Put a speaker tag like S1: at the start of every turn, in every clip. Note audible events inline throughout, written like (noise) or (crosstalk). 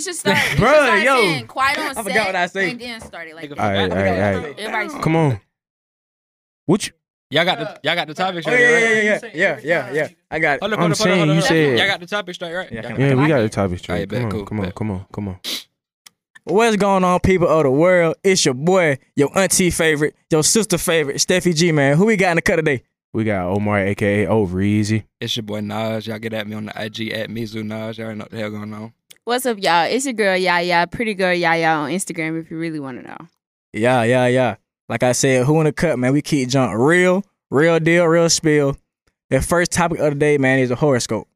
S1: (laughs)
S2: should start, you
S1: Bruh,
S2: should start
S1: yo.
S2: saying quiet on
S1: I
S2: set.
S1: forgot what I say.
S2: And then start it like
S3: Nigga,
S2: that.
S1: All right, all right, all right.
S2: Everybody's
S1: Come on. What you?
S3: Y'all got the y'all got the topic
S1: Oh
S3: straight,
S1: yeah,
S3: right?
S1: yeah, yeah, yeah, yeah, yeah, yeah. I got. It.
S3: Hold up,
S1: I'm
S3: hold up, hold up,
S1: saying
S3: hold up,
S1: you
S3: hold up.
S1: said.
S3: Y'all got the topic straight, right?
S4: Yeah,
S3: Y'all
S4: I
S3: got-
S1: Yeah, we got the topic straight.
S3: Alright, bet,
S1: Come on,
S3: cool,
S1: come on,
S3: bet.
S1: come on, come on.
S4: What's going on, people of the world? It's your boy, your auntie favorite, your sister favorite, Steffi G, man. Who we got in the cut today?
S1: We got Omar, aka Overeasy.
S3: It's your boy Naj. Y'all get at me on the IG at Mizu Naj. Y'all already know what the hell going on.
S2: What's up, y'all? It's your girl Yaya, pretty girl Yaya on Instagram. If you really want to
S1: (laughs)
S2: know,
S4: Yeah, yeah, yeah. Like I said, who in the cut, man? We keep junk real, real deal, real spill. The first topic of the day, man, is the horoscope.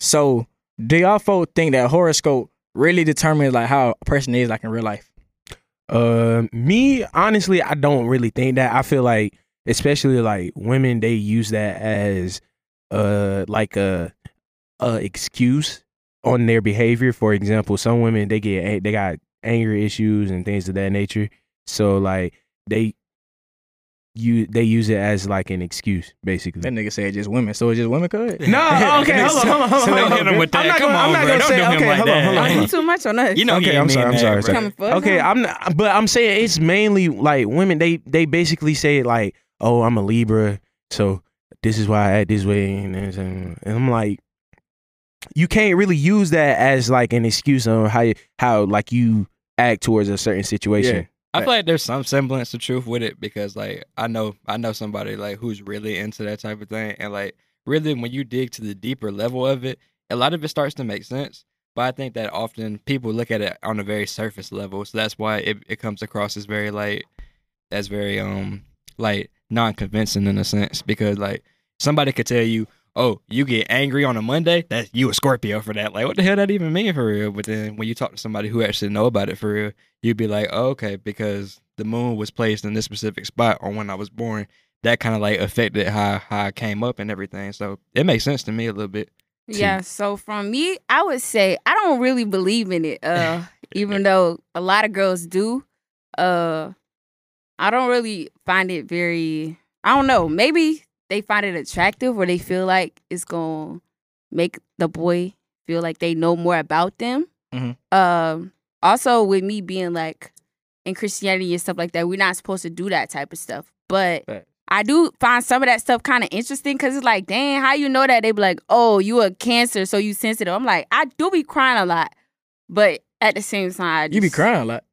S4: So, do y'all folks think that horoscope really determines like how a person is like in real life?
S1: Uh, me honestly, I don't really think that. I feel like, especially like women, they use that as uh like a a excuse on their behavior. For example, some women they get an- they got anger issues and things of that nature. So like they you they use it as like an excuse
S4: That
S1: basically.
S4: nigga said just women, so it's just women could.
S3: (laughs)
S4: (laughs)
S1: No, okay, hold on, hold on, hold on,
S3: So
S1: hold
S3: don't
S1: on.
S3: hit him with
S1: I'm
S3: that.
S1: not
S3: Come
S1: gonna- I'm
S3: on,
S1: not
S3: bro.
S1: gonna
S3: Don't
S1: say-
S3: do him
S1: okay,
S3: like
S1: hold on,
S3: that.
S1: hold on,
S2: oh,
S1: hold
S3: (laughs)
S2: you
S1: on.
S2: too much on us.
S3: You know,
S1: Okay,
S3: he ain't
S1: I'm sorry,
S3: mean
S1: I'm
S3: that,
S1: sorry,
S3: bro.
S1: sorry.
S2: coming for us.
S1: Okay,
S2: now.
S1: I'm not, but I'm saying it's mainly like women. They they basically say like, "Oh, I'm a Libra, so this is why I act this way," and, this and and I'm like, you can't really use that as like an excuse on how you, how like you act towards a certain situation.
S3: I feel like there's some semblance of truth with it because like I know I know somebody like who's really into that type of thing and like really when you dig to the deeper level of it, a lot of it starts to make sense. But I think that often people look at it on a very surface level. So that's why it, it comes across as very like as very um like non convincing in a sense because like somebody could tell you, Oh, you get angry on a Monday, that's you a Scorpio for that. Like what the hell that even mean for real? But then when you talk to somebody who actually know about it for real, you'd be like, oh, okay, because the moon was placed in this specific spot or when I was born, that kind of like affected how, how I came up and everything. So it makes sense to me a little bit.
S2: Yeah, so from me, I would say I don't really believe in it. Uh even though a lot of girls do. Uh I don't really find it very I don't know, maybe they find it attractive or they feel like it's gonna make the boy feel like they know more about them.
S4: Mhm.
S1: Mm-hmm.
S2: Um also with me being like in Christianity and stuff like that, we're not supposed to do that type of stuff. But
S4: Right.
S2: I do find some of that stuff kind of interesting because it's like, dang, how you know that? They be like, oh, you a cancer, so you sensitive. I'm like, I do be crying a lot, but at the same time, I
S4: You be
S2: just-
S4: crying a lot.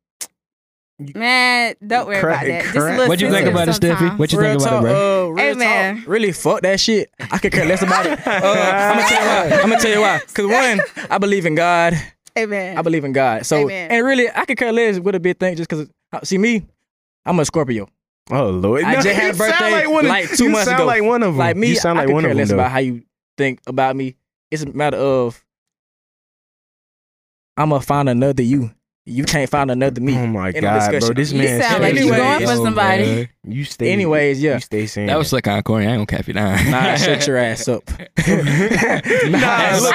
S2: Man, don't worry
S1: Cry-
S2: about that. Just a
S1: cry-
S2: little
S3: What'd you think
S2: sensitive
S3: about it, Steffi?
S2: sometimes.
S3: What you
S4: real
S3: think about
S4: talk,
S3: it, bro?
S4: uh, real
S2: Hey, man.
S4: talk, really fuck that shit. I could care less about
S2: (laughs)
S4: it. Uh, I'm gonna tell you why. I'm gonna tell you why. Cause one, I believe in God.
S2: Amen.
S4: I believe in God. So
S2: Amen.
S4: and really, I could care less what a big thing just cause. uh, See me, I'm a Scorpio.
S1: Oh Lord,
S4: I
S1: No,
S4: just
S1: (laughs)
S4: had
S1: you
S4: a birthday,
S1: sound one of-
S4: like, two
S1: you
S4: months
S1: sound
S4: ago.
S1: Like one of them.
S4: Like me,
S1: you sound
S4: I
S1: like
S4: could
S1: one
S4: care
S1: of them.
S4: less
S1: though.
S4: about how you think about me. It's a matter of I'm gonna find another you. You can't find another me.
S1: Oh my
S4: End of
S1: god, bro!
S4: discussion.
S1: This
S2: You
S1: man.
S2: sound
S4: uh, like you
S1: Anyways,
S4: going for
S1: yo,
S2: somebody.
S1: man, You stay.
S4: Anyways, yeah.
S1: you stay saying
S3: That was slick on Corey. I ain't gonna cap you down.
S4: Nah, shut
S1: (laughs)
S4: your ass
S3: (laughs)
S4: up.
S1: Nah,
S3: That's
S1: look.
S2: I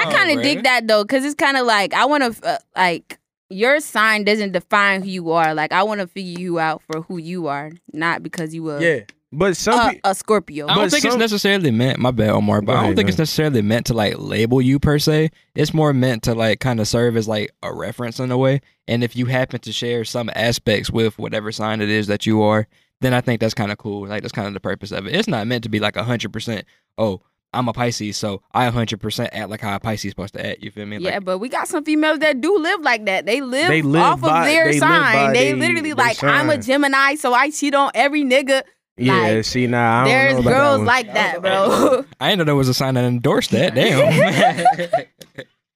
S3: Come on,
S2: kind of
S3: bruh.
S2: dig that though, because it's kind of like I want to uh, like your sign doesn't define who you are. Like I want to figure you out for who you are, not because you a
S4: Yeah.
S1: But some
S2: a,
S1: pe-
S2: a Scorpio.
S3: I don't
S1: But
S3: think it's
S1: some-
S3: necessarily meant. My bad, Omar,
S1: Go
S3: but I don't
S1: ahead,
S3: think
S1: go
S3: it's necessarily meant to like label you per se. It's more meant to like kind of serve as like a reference in a way. And if you happen to share some aspects with whatever sign it is that you are, then I think that's kind of cool. Like that's kind of the purpose of it. It's not meant to be like hundred percent. Oh, I'm a Pisces, so I hundred percent act like how a Pisces supposed to act. You feel me? Like,
S2: yeah, but we got some females that do live like that. They live,
S1: They live
S2: off
S1: by-
S2: of their
S1: they live by
S2: sign. They,
S1: they-
S2: literally
S1: their
S2: like, I'm a
S1: sign.
S2: Gemini, so I cheat on every nigga.
S1: yeah,
S2: like,
S1: see, nah, I don't
S2: There's
S1: know about
S2: girls
S1: that one.
S2: like that, bro.
S3: I didn't know there was a sign that endorsed that.
S2: (laughs)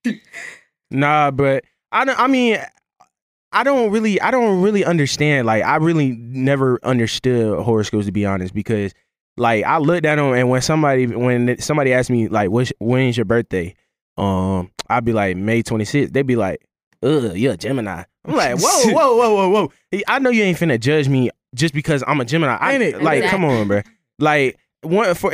S3: Damn. (laughs)
S1: Nah, but I don't. I mean, I don't really. I don't really understand. Like, I really never understood horoscopes to be honest, because like I looked at them, and when somebody when somebody asked me like, "What's when's your birthday?" Um, I'd be like May 26th. They'd be like, "Ugh, you're a Gemini." I'm like,
S3: (laughs)
S1: "Whoa, whoa, whoa, whoa, whoa!" I know you ain't finna judge me just because I'm a Gemini. I
S4: Ain't
S1: ain't
S4: it?
S1: it. Like, come on, bro. Like, one for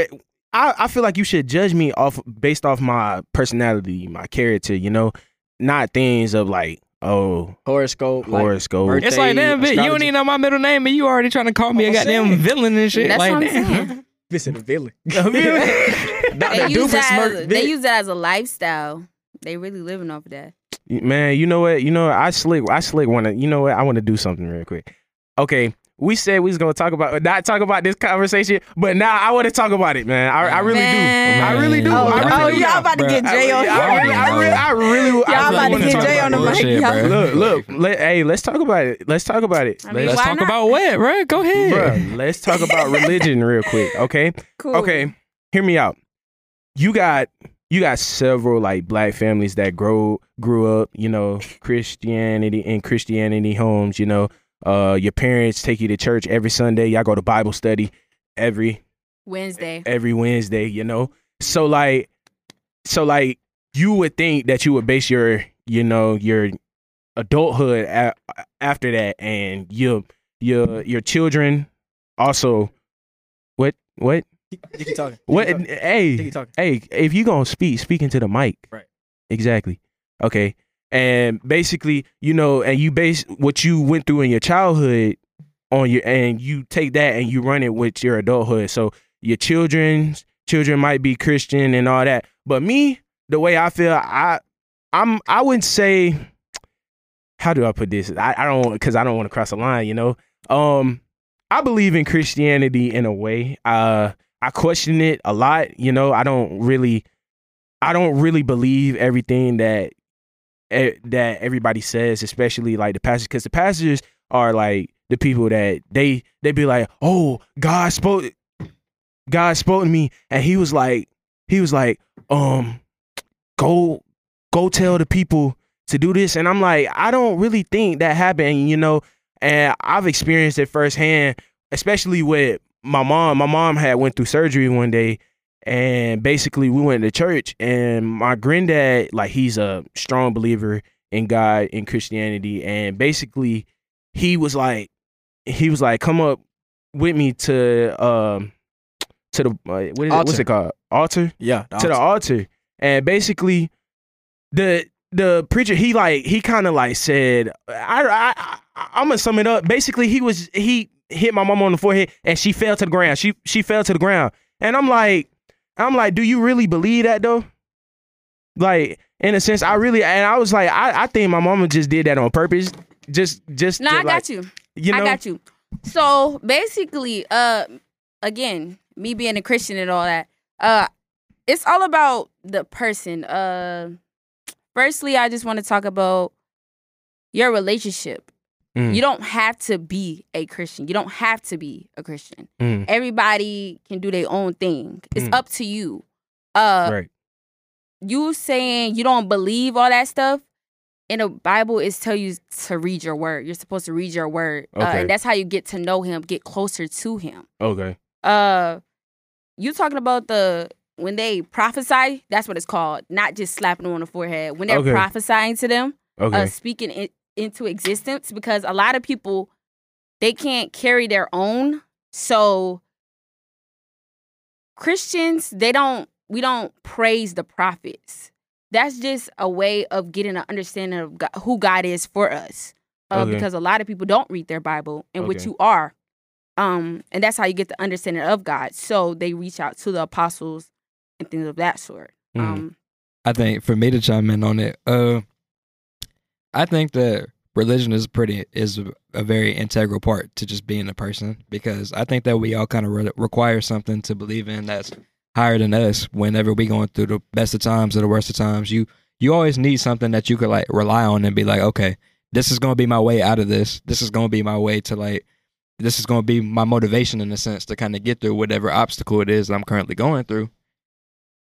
S1: I, I feel like you should judge me off based off my personality, my character, you know, not things of like, oh,
S4: Horoscope. like-
S1: horoscope.
S4: birth-
S3: it's like damn, bitch, you don't
S4: Astrology.
S3: even know my middle name, and you already trying to call me a
S4: I'm
S3: goddamn
S4: saying.
S3: villain and shit.
S2: Oh, That's
S3: like
S2: what I'm
S3: damn.
S2: saying.
S1: (laughs)
S4: This is a villain. (laughs)
S1: They
S2: They
S4: Dr.
S2: use,
S4: Doofus
S2: that as,
S4: smirk.
S2: they use that as a lifestyle. They really living off of that.
S1: Man, you know what? You know what? I slick. I slick. Want to? You know what? I want to do something real quick. Okay, we said we was gonna talk about not talk about this conversation, but now I want to talk about it, man. I, I really
S2: Man.
S1: do. I really do.
S2: Oh,
S1: I really
S2: oh,
S1: do.
S2: y'all about to
S3: Bruh.
S2: get
S1: I
S2: Jay
S1: really-
S2: on
S1: I really,
S2: here.
S1: I really, I really, I really
S2: Y'all about to
S1: wanna
S2: get
S1: talk
S2: Jay
S1: about
S2: on the
S1: it.
S2: mic,
S3: Bullshit,
S2: y'all.
S3: bruh.
S1: Look, look, let, hey, let's talk about it. Let's talk about it.
S2: I mean,
S3: Let's
S2: why
S3: talk
S2: not?
S3: about what, bro? Go ahead.
S1: Bruh, let's talk about religion real quick, okay?
S2: Cool.
S1: Okay, hear me out. You got you got several like black families that grow grew up, you know, Christianity in Christianity homes, you know. Uh your parents take you to church every Sunday, y'all go to Bible study every
S2: Wednesday.
S1: every Wednesday, you know. So like so like you would think that you would base your, you know, your adulthood a- after that and your your your children also what what
S4: You keep talking.
S1: what hey
S4: You talking.
S1: hey, if you gonna speak, speaking to the mic.
S4: Right.
S1: Exactly. Okay. And basically, you know, and you base what you went through in your childhood on your and you take that and you run it with your adulthood. So your children's children might be Christian and all that. But me, the way I feel, I I'm I wouldn't say how do I put this? I, I don't because I don't want to cross a line, you know. Um I believe in Christianity in a way. Uh I question it a lot. You know, I don't really, I don't really believe everything that eh, that everybody says, especially like the pastors, because the pastors are like the people that they they be like, oh, God spoke, God spoke to me, and he was like, he was like, um, go go tell the people to do this, and I'm like, I don't really think that happened, you know, and I've experienced it firsthand, especially with my mom my mom had went through surgery one day and basically we went to church and my granddad like he's a strong believer in god in christianity and basically he was like he was like come up with me to um to the uh, what is it, what's
S4: Altar.
S1: it called altar
S4: Yeah.
S1: to the altar. And basically, the the preacher he like he kind of like said, I, I I I'm gonna sum it up. Basically, he was he hit my mom on the forehead and she fell to the ground. She she fell to the ground. And I'm like, I'm like, do you really believe that though? Like in a sense, I really and I was like, I, I think my mama just did that on purpose. Just just
S2: No,
S1: to,
S2: I
S1: like,
S2: got you.
S1: You know,
S2: I got you. So basically, uh, again, me being a Christian and all that, uh, it's all about the person. Uh, firstly, I just want to talk about your relationship.
S1: Mm.
S2: You don't have to be a Christian. You don't have to be a Christian.
S1: Mm.
S2: Everybody can do their own thing. It's
S1: Mm.
S2: up to you. Uh,
S1: right.
S2: you saying you don't believe all that stuff in the Bible is tell you to read your word. You're supposed to read your word, uh,
S1: Okay.
S2: and that's how you get to know Him, get closer to Him.
S1: Okay.
S2: Uh, you talking about the when they prophesy? That's what it's called, not just slapping them on the forehead. When they're
S1: Okay.
S2: prophesying to them,
S1: Okay.
S2: uh, speaking in, into existence, because a lot of people they can't carry their own, so Christians, they don't we don't praise the prophets. That's just a way of getting an understanding of God, who God is for us. Uh,
S1: Okay.
S2: because a lot of people don't read their Bible, and which
S1: Okay.
S2: you are. Um, and that's how you get the understanding of God. So they reach out to the apostles and things of that sort.
S1: Mhm.
S2: Um,
S3: I think for me to chime in on it, uh, I think that religion is pretty is a- a very integral part to just being a person because I think that we all kind of re- require something to believe in that's higher than us. Whenever we going through the best of times or the worst of times, you you always need something that you could like rely on and be like, okay, this is gonna be my way out of this. This is gonna be my way to like. This is going to be my motivation in a sense to kind of get through whatever obstacle it is that I'm currently going through.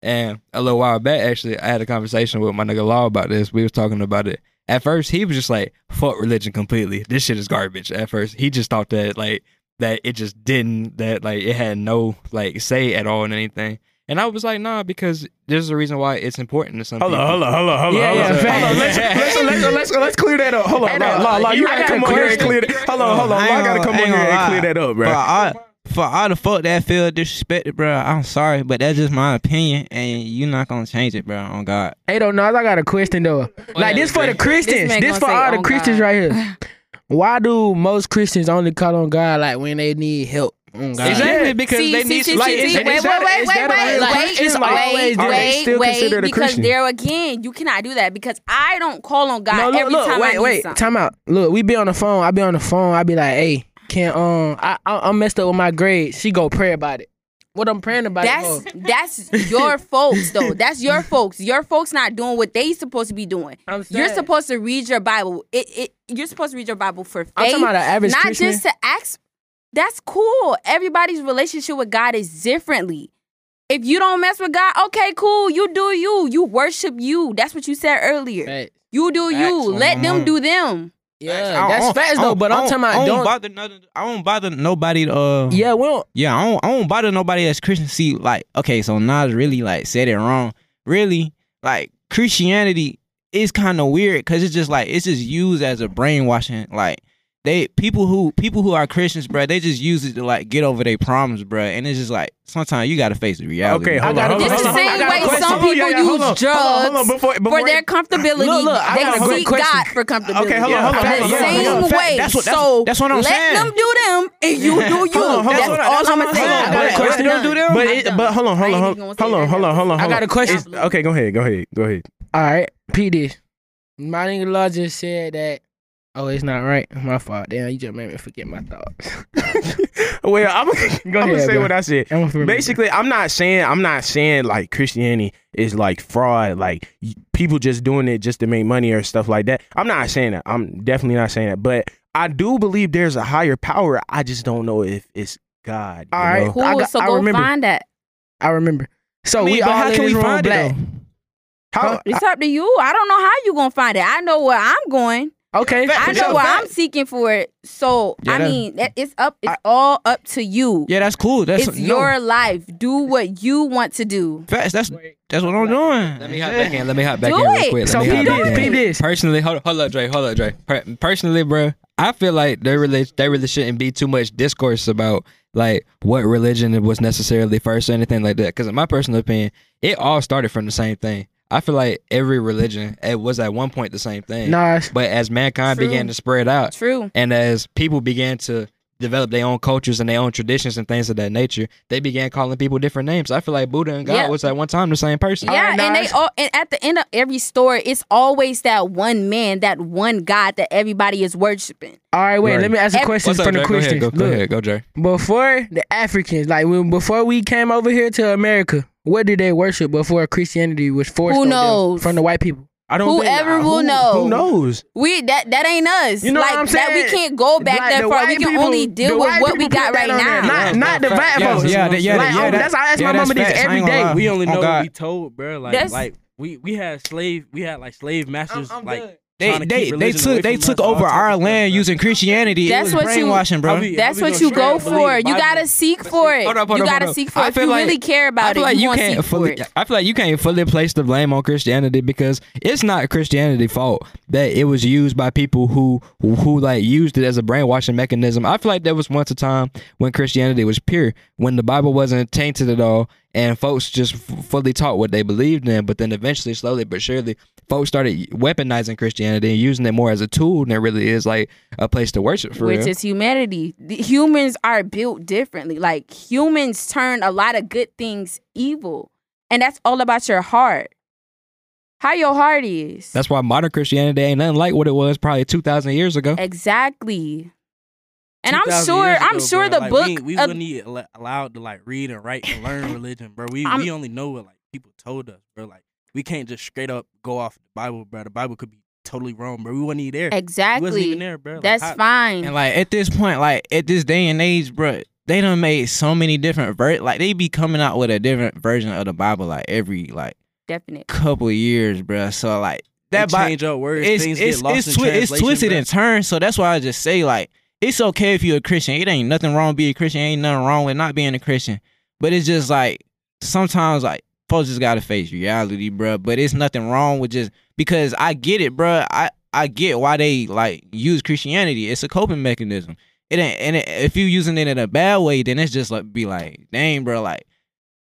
S3: And a little while back, actually, I had a conversation with my nigga Law about this. We was talking about it. At first, he was just like, "Fuck religion completely. This shit is garbage." At first, he just thought that like that it just didn't that like it had no like say at all in anything. And I was like, "Nah," because there's a reason why it's important to some
S1: Hold
S3: people.
S1: on, hold on, hold on, hold on,
S3: Yeah,
S1: hold on.
S3: yeah.
S1: Hold on, let's, let's, let's, let's, let's clear that up. Hold on,
S3: Hey,
S1: La,
S3: no,
S1: La, La,
S3: you
S1: you
S3: got
S1: gotta
S3: a
S1: come on here and
S3: question.
S1: clear that. Hold on, hold on,
S5: I
S1: La
S5: ain't
S1: gotta come
S5: gonna-
S1: on here
S5: I ain't
S1: and
S5: gonna
S1: clear that up,
S5: Bro,
S1: bro.
S5: I, for all the fuck that feel disrespected, bro, I'm sorry, but that's just my opinion, and you're not gonna change it, bro. On God,
S6: Hey, don't know. I got a question though. Like this for the Christians.
S2: man
S6: This,
S2: gonna
S6: for
S2: say,
S6: all the
S2: "Oh,
S6: Christians
S2: God."
S6: right here. Why do most Christians only call on God like when they need help?
S5: Oh, God.
S3: Exactly because
S2: See,
S3: they
S2: see,
S3: need
S2: see,
S3: like
S2: see,
S3: it's-
S2: see,
S1: is
S2: wait, wait,
S1: that a-
S2: wait,
S1: is
S2: wait,
S1: that a
S2: wait,
S1: real
S2: wait,
S1: question? Like,
S2: wait,
S1: are they still
S2: wait,
S1: considered
S2: wait,
S1: a
S2: because
S1: Christian?
S2: there again, you cannot do that because I don't call on God
S6: no, look,
S2: every
S6: look,
S2: time
S6: wait,
S2: I need
S6: wait,
S2: something.
S6: time out. Look, we be on the phone. I be on the phone. I be like, hey, can't um, I, I I'm messed up with my grade. She go pray about it. What I'm praying about?
S2: That's
S6: it, for?
S2: that's your folks though. That's your folks. Your folks not doing what they supposed to be doing.
S6: I'm
S2: You're
S6: saying.
S2: supposed to read your Bible. It, it you're supposed to read your Bible for faith,
S6: I'm talking about an average
S2: not
S6: Christian.
S2: just to ask. That's cool. Everybody's relationship with God is differently. If you don't mess with God, okay, cool. You do you. You worship you. That's what you said earlier.
S6: Facts.
S2: You do
S5: Facts
S2: you.
S5: on
S2: Let
S5: my
S2: them
S5: mom.
S2: do them.
S5: I
S6: Yeah,
S5: don't-
S6: that's
S5: I don't-
S6: facts
S5: I
S6: though.
S5: don't-
S6: But I'm
S5: I
S6: talking
S5: I
S6: about
S5: don't
S6: don't.
S5: bother none- I don't bother nobody. to, Uh,
S6: Yeah, we don't.
S5: yeah. I don't. I don't bother nobody that's Christian. See, like, okay, so Nas really like said it wrong. Really, like Christianity is kind of weird because it's just like it's just used as a brainwashing. Like they people who people who are Christians, bruh, they just use it to like get over their problems, bruh. And it's just like sometimes you got to face the reality.
S1: Okay,
S5: bruh.
S1: hold
S6: I
S1: on.
S6: got a
S1: hold on,
S6: question.
S2: Just
S1: hold
S2: the
S1: on,
S2: same
S1: hold on,
S2: way
S1: I got a
S2: some
S1: question. Oh,
S2: people
S1: Hold on, hold
S2: use
S1: on,
S2: drugs
S1: hold on, hold on, before-
S2: for
S1: before-
S2: their comfortability.
S6: Look, look, I
S2: they
S6: got a great
S2: seek
S6: question.
S2: God for comfortability.
S1: Okay, hold on, hold on,
S2: The
S1: hold on,
S2: same
S1: hold on.
S2: way.
S5: That's what- that's-
S2: so
S5: that's what I'm
S2: let
S5: saying.
S2: them do them, and you do you.
S1: Hold on, hold
S2: that's
S1: on,
S2: all
S1: that's
S2: I'm
S1: what
S2: gonna
S1: I'm
S2: say.
S1: saying.
S2: I'm
S1: Got a
S2: done.
S1: question?
S2: I'm
S5: Don't do
S2: done.
S5: them?
S1: But,
S2: I'm
S1: it,
S2: done.
S1: but hold on, hold
S2: I ain't
S1: on,
S2: even
S1: hold
S2: gonna
S1: on,
S2: say
S1: hold on,
S2: that.
S1: hold on, hold on.
S6: I got a question.
S1: It's- Okay, go ahead, go ahead, go ahead. (laughs)
S6: All right, P this. My nigga Law just said that. Oh, it's not right. My fault. Damn, you just made me forget my thoughts.
S5: (laughs)
S1: well, I'm,
S6: Go
S1: I'm gonna
S6: ahead,
S1: say
S6: bro.
S1: what I said.
S6: I'm
S2: (laughs)
S6: gonna remember.
S1: Basically, I'm not saying I'm not saying like Christianity is like fraud, like y- people just doing it just to make money or stuff like that. I'm not saying that. I'm definitely not saying that. But I do believe there's a higher power. I just don't know if it's God. you
S6: All right.
S1: know?
S2: Cool.
S6: I got-
S2: so
S6: I
S2: go
S6: remember.
S2: find that.
S6: I remember. So
S5: I mean,
S6: we
S5: but
S6: all
S5: how
S6: in
S5: can
S6: this
S5: we
S6: room
S5: find it,
S6: black.
S5: though?
S1: How,
S2: It's up to you. I don't know how you gonna find it. I know where I'm going.
S6: Okay,
S2: I know where I'm seeking for it. So
S5: Yeah,
S2: I
S5: that-
S2: mean, that- it's up. It's all up to you.
S5: Yeah, that's cool. That's
S2: it's
S5: no.
S2: your life. Do what you want to do.
S5: Facts. That's that's what I'm doing.
S3: Let me hop back in. Let me hop back
S2: Do
S3: in real
S2: it.
S3: quick. Let
S6: So
S3: me hop
S6: peep
S3: back
S6: this,
S3: in.
S6: peep this.
S3: Personally, hold, hold up, Dre. Hold up, Dre. Per- Personally, bro, I feel like there really, there really shouldn't be too much discourse about like what religion was necessarily first or anything like that. Because in my personal opinion, it all started from the same thing. I feel like every religion it was at one point the same thing.
S6: Nas.
S3: But as mankind
S2: True.
S3: began to spread out,
S2: True.
S3: and as people began to develop their own cultures and their own traditions and things of that nature, they began calling people different names. I feel like Buddha and God
S2: Yeah.
S3: was at one time the same person.
S2: Yeah,
S6: right,
S2: and they
S6: Nas.
S2: all and at the end of every story, it's always that one man, that one God that everybody is worshiping.
S6: All right, wait.
S3: Right.
S6: Let me ask a
S2: Every-
S6: question from the
S3: Jay? Go ahead,
S6: Christians.
S3: go, go
S6: Look,
S3: ahead, go, Jay.
S6: before the Africans, like when before we came over here to America, what did they worship before Christianity was forced
S2: Who
S6: on them
S2: knows?
S6: from the white people?
S1: I don't think-
S2: Whoever will
S1: who-
S2: know.
S1: Who knows?
S2: We that that ain't us.
S6: You know
S2: like
S6: what I'm
S2: that we
S6: saying?
S2: can't go back
S6: Like,
S2: that
S6: the
S2: far. We
S6: white
S2: can
S6: people-
S2: only
S6: the
S2: deal with
S6: white
S2: what we
S6: people
S2: got
S6: put
S2: right
S6: that on there.
S2: now.
S6: Not, not the black
S5: Yeah,
S6: folks.
S5: yeah, that- yeah,
S6: like,
S5: yeah,
S6: oh,
S5: that-
S6: that's I ask
S5: yeah,
S6: my
S5: that's
S6: mama this
S5: facts. I ain't
S6: every
S5: gonna
S6: day.
S5: lie.
S7: we only
S5: Oh,
S7: know
S5: God.
S7: what we told, bro. Like,
S2: That's-
S7: like we we had slave, we had like slave masters, like
S5: They
S7: trying to
S5: they
S7: keep
S5: they
S7: religion away
S5: took they
S7: from
S5: took
S7: us, all
S5: over
S7: type of
S5: our
S7: stuff,
S5: land
S7: bro.
S5: using Christianity.
S2: That's
S5: That's it
S2: what
S5: was
S2: you-
S5: brainwashing,
S7: How
S5: bro.
S7: we-
S2: That's
S7: how we
S2: what
S7: gonna
S2: you go
S7: straight up
S2: for.
S7: believe
S2: You
S7: Bible?
S2: gotta seek
S3: But
S2: for
S3: see-
S2: it.
S3: hold up, hold
S2: you
S3: up,
S2: gotta
S3: hold up.
S2: seek for
S3: I
S2: it. If
S3: feel
S2: you
S3: like-
S2: really care
S3: I
S2: about
S3: feel
S2: it,
S3: like
S2: you
S3: you
S2: want to seek
S3: can't
S2: for
S3: fully.
S2: it.
S3: I feel like you can't fully place the blame on Christianity because it's not Christianity fault that it was used by people who who like used it as a brainwashing mechanism. I feel like there was once a time when Christianity was pure, when the Bible wasn't tainted at all, and folks just f- fully taught what they believed in. But then eventually, slowly but surely, folks started weaponizing Christianity and using it more as a tool than it really is like a place to worship for
S2: which
S3: real.
S2: is humanity. The humans are built differently. Like humans turn a lot of good things evil, and that's all about your heart. How your heart is.
S3: That's why modern Christianity ain't nothing like what it was probably two thousand years ago.
S2: exactly. And I'm
S7: 2,000
S2: sure.
S7: years
S2: I'm
S7: ago,
S2: sure
S7: bruh,
S2: the
S7: like,
S2: book.
S7: We, ain't- we
S2: of-
S7: wouldn't even al- allowed to like read and write and learn religion, bro. We
S2: I'm-
S7: we only know what like people told us, bro. Like we can't just straight up go off the Bible, bro. The Bible could be totally wrong, bro. We wasn't even there. We wasn't
S2: exactly.
S7: even there, bro. Like,
S2: that's
S7: how-
S2: fine.
S5: And like at this point, like at this day and age, bro, they done made so many different ver like they be coming out with a different version of the Bible like every like
S2: Definite.
S5: couple years, bro. So like
S7: they
S5: that Bible
S7: change up words.
S5: it's
S7: things
S5: it's,
S7: get lost
S5: it's,
S7: in
S5: twi- it's
S7: translation,
S5: twisted
S7: bro.
S5: and turned. So that's why I just say like it's okay if you're a Christian. It ain't nothing wrong with being a Christian. Ain't nothing wrong with not being a Christian. But it's just like sometimes like folks just gotta face reality, bruh. But it's nothing wrong with just because I get it, bruh. I I get why they like use Christianity. It's a coping mechanism. It ain't and it, if you using it in a bad way, then it's just like be like, dang, bro, like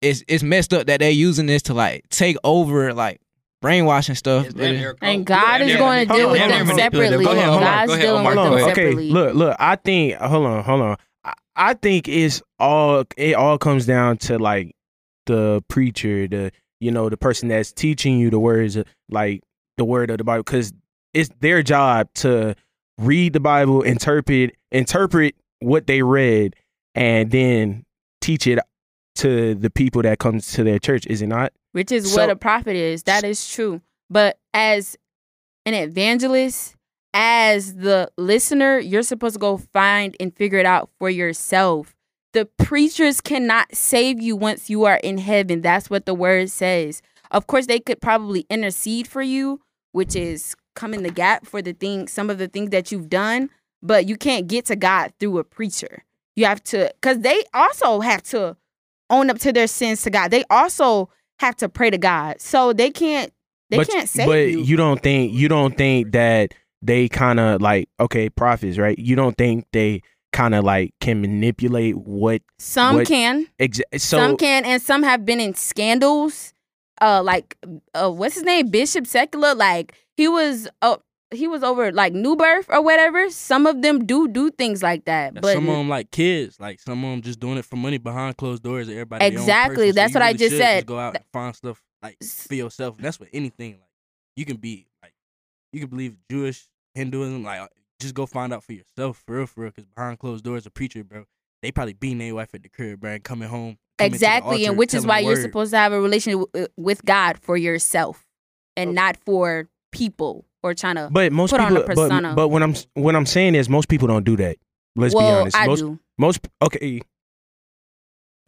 S5: it's it's messed up that they using this to like take over like brainwashing stuff. but it-
S2: And God is going to
S1: Hold
S2: deal
S1: on,
S2: with
S1: hold on,
S2: them
S1: hold on.
S2: separately.
S1: Go ahead, hold on,
S2: God's
S3: go ahead,
S2: dealing
S3: Omar,
S2: with
S1: Hold
S3: go
S2: them
S1: on.
S3: ahead.
S1: Okay,
S2: separately.
S1: look, look. I think. Hold on, hold on. I, I think it's all it all comes down to like the preacher, the you know the person that's teaching you the words, of- like the word of the Bible, because it's their job to read the Bible, interpret interpret what they read, and then teach it to the people that comes to their church. Is it not?
S2: which is
S1: So-
S2: what a prophet is. That is true. But as an evangelist, as the listener, you're supposed to go find and figure it out for yourself. The preachers cannot save you once you are in heaven. That's what the word says. Of course, they could probably intercede for you, which is come in the gap for the thing, some of the things that you've done, but you can't get to God through a preacher. You have to, because they also have to own up to their sins to God. They also have to pray to God. So they can't they
S1: but,
S2: can't save
S1: but
S2: you.
S1: you don't think you don't think that they kind of like okay prophets right you don't think they kind of like can manipulate what
S2: Some
S1: what-
S2: can,
S1: exa- so
S2: some can, and some have been in scandals. Uh, like uh, what's his name, Bishop Secular? Like he was uh, he was over like New Birth or whatever. Some of them do do things like that, but
S7: some of them like kids, like some of them just doing it for money behind closed doors. and Everybody their own
S2: Exactly,
S7: person. So you
S2: that's what I
S7: really
S2: just
S7: should
S2: said.
S7: go out
S2: Th-
S7: and find stuff like for yourself. And that's with anything. Like you can be like you can believe Jewish Hinduism. Like uh, just go find out for yourself, for real, for real. Because behind closed doors, a preacher, bro, they probably beating their wife at the crib, bro, and coming home. coming to the
S2: exactly,
S7: altar,
S2: and which is
S7: telling
S2: why
S7: the
S2: you're
S7: word.
S2: supposed to have a relationship w- with God for yourself and not for people or trying to.
S1: Oh. but most
S2: put on
S1: people
S2: a persona.
S1: but, but when i'm when i'm saying is most people don't do that let's
S2: well,
S1: be honest
S2: I
S1: most
S2: do.
S1: most okay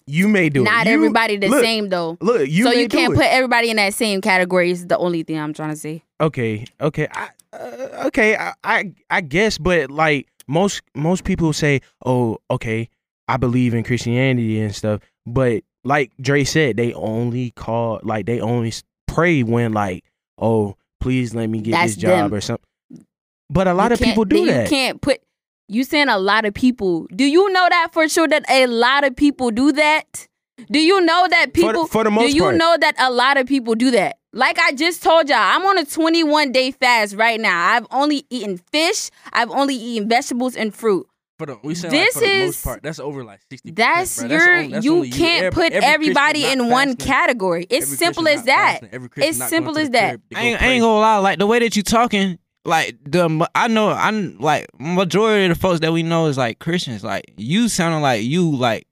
S1: you may do it.
S2: Not
S1: You-
S2: everybody the
S1: look,
S2: same though.
S1: look you
S2: so
S1: may
S2: you
S1: do
S2: can't
S1: it.
S2: put everybody in that same category. Is the only thing I'm trying to say.
S1: okay okay I, uh, okay I, I i guess but like most most people say oh okay i believe in christianity and stuff but like dre said they only call like they only s- pray when like oh please let me get
S2: That's
S1: this job
S2: them.
S1: or something but a lot
S2: You
S1: of people
S2: can't-
S1: do
S2: then
S1: that
S2: You can't put. You saying a lot of people. Do you know that for sure that a lot of people do that? Do you know that
S1: For the-
S2: people
S1: for the most
S2: Do you
S1: part.
S2: know that a lot of people do that? Like I just told y'all, I'm on a 21 day fast right now. I've only eaten fish. I've only eaten vegetables and fruit.
S7: For the, we saying
S2: This
S7: like, for the
S2: is-
S7: most part, that's over like sixty.
S2: That's
S7: bro.
S2: your.
S7: on- that's
S2: you
S7: only
S2: can't
S7: Every-
S2: put
S7: every Christian
S2: everybody
S7: not
S2: in one
S7: fasting.
S2: category.
S7: Every
S2: It's
S7: Christian
S2: simple as
S7: not
S2: that.
S7: fasting. Every Christian
S2: It's
S7: not
S2: simple
S7: going to
S2: as
S7: the
S2: that.
S7: crib to
S5: I
S7: go
S5: ain't, I
S7: pray.
S5: ain't gonna lie, like the way that you talking, like the mo- I know I'm like majority of the folks that we know is like Christians. Like you sounding like you like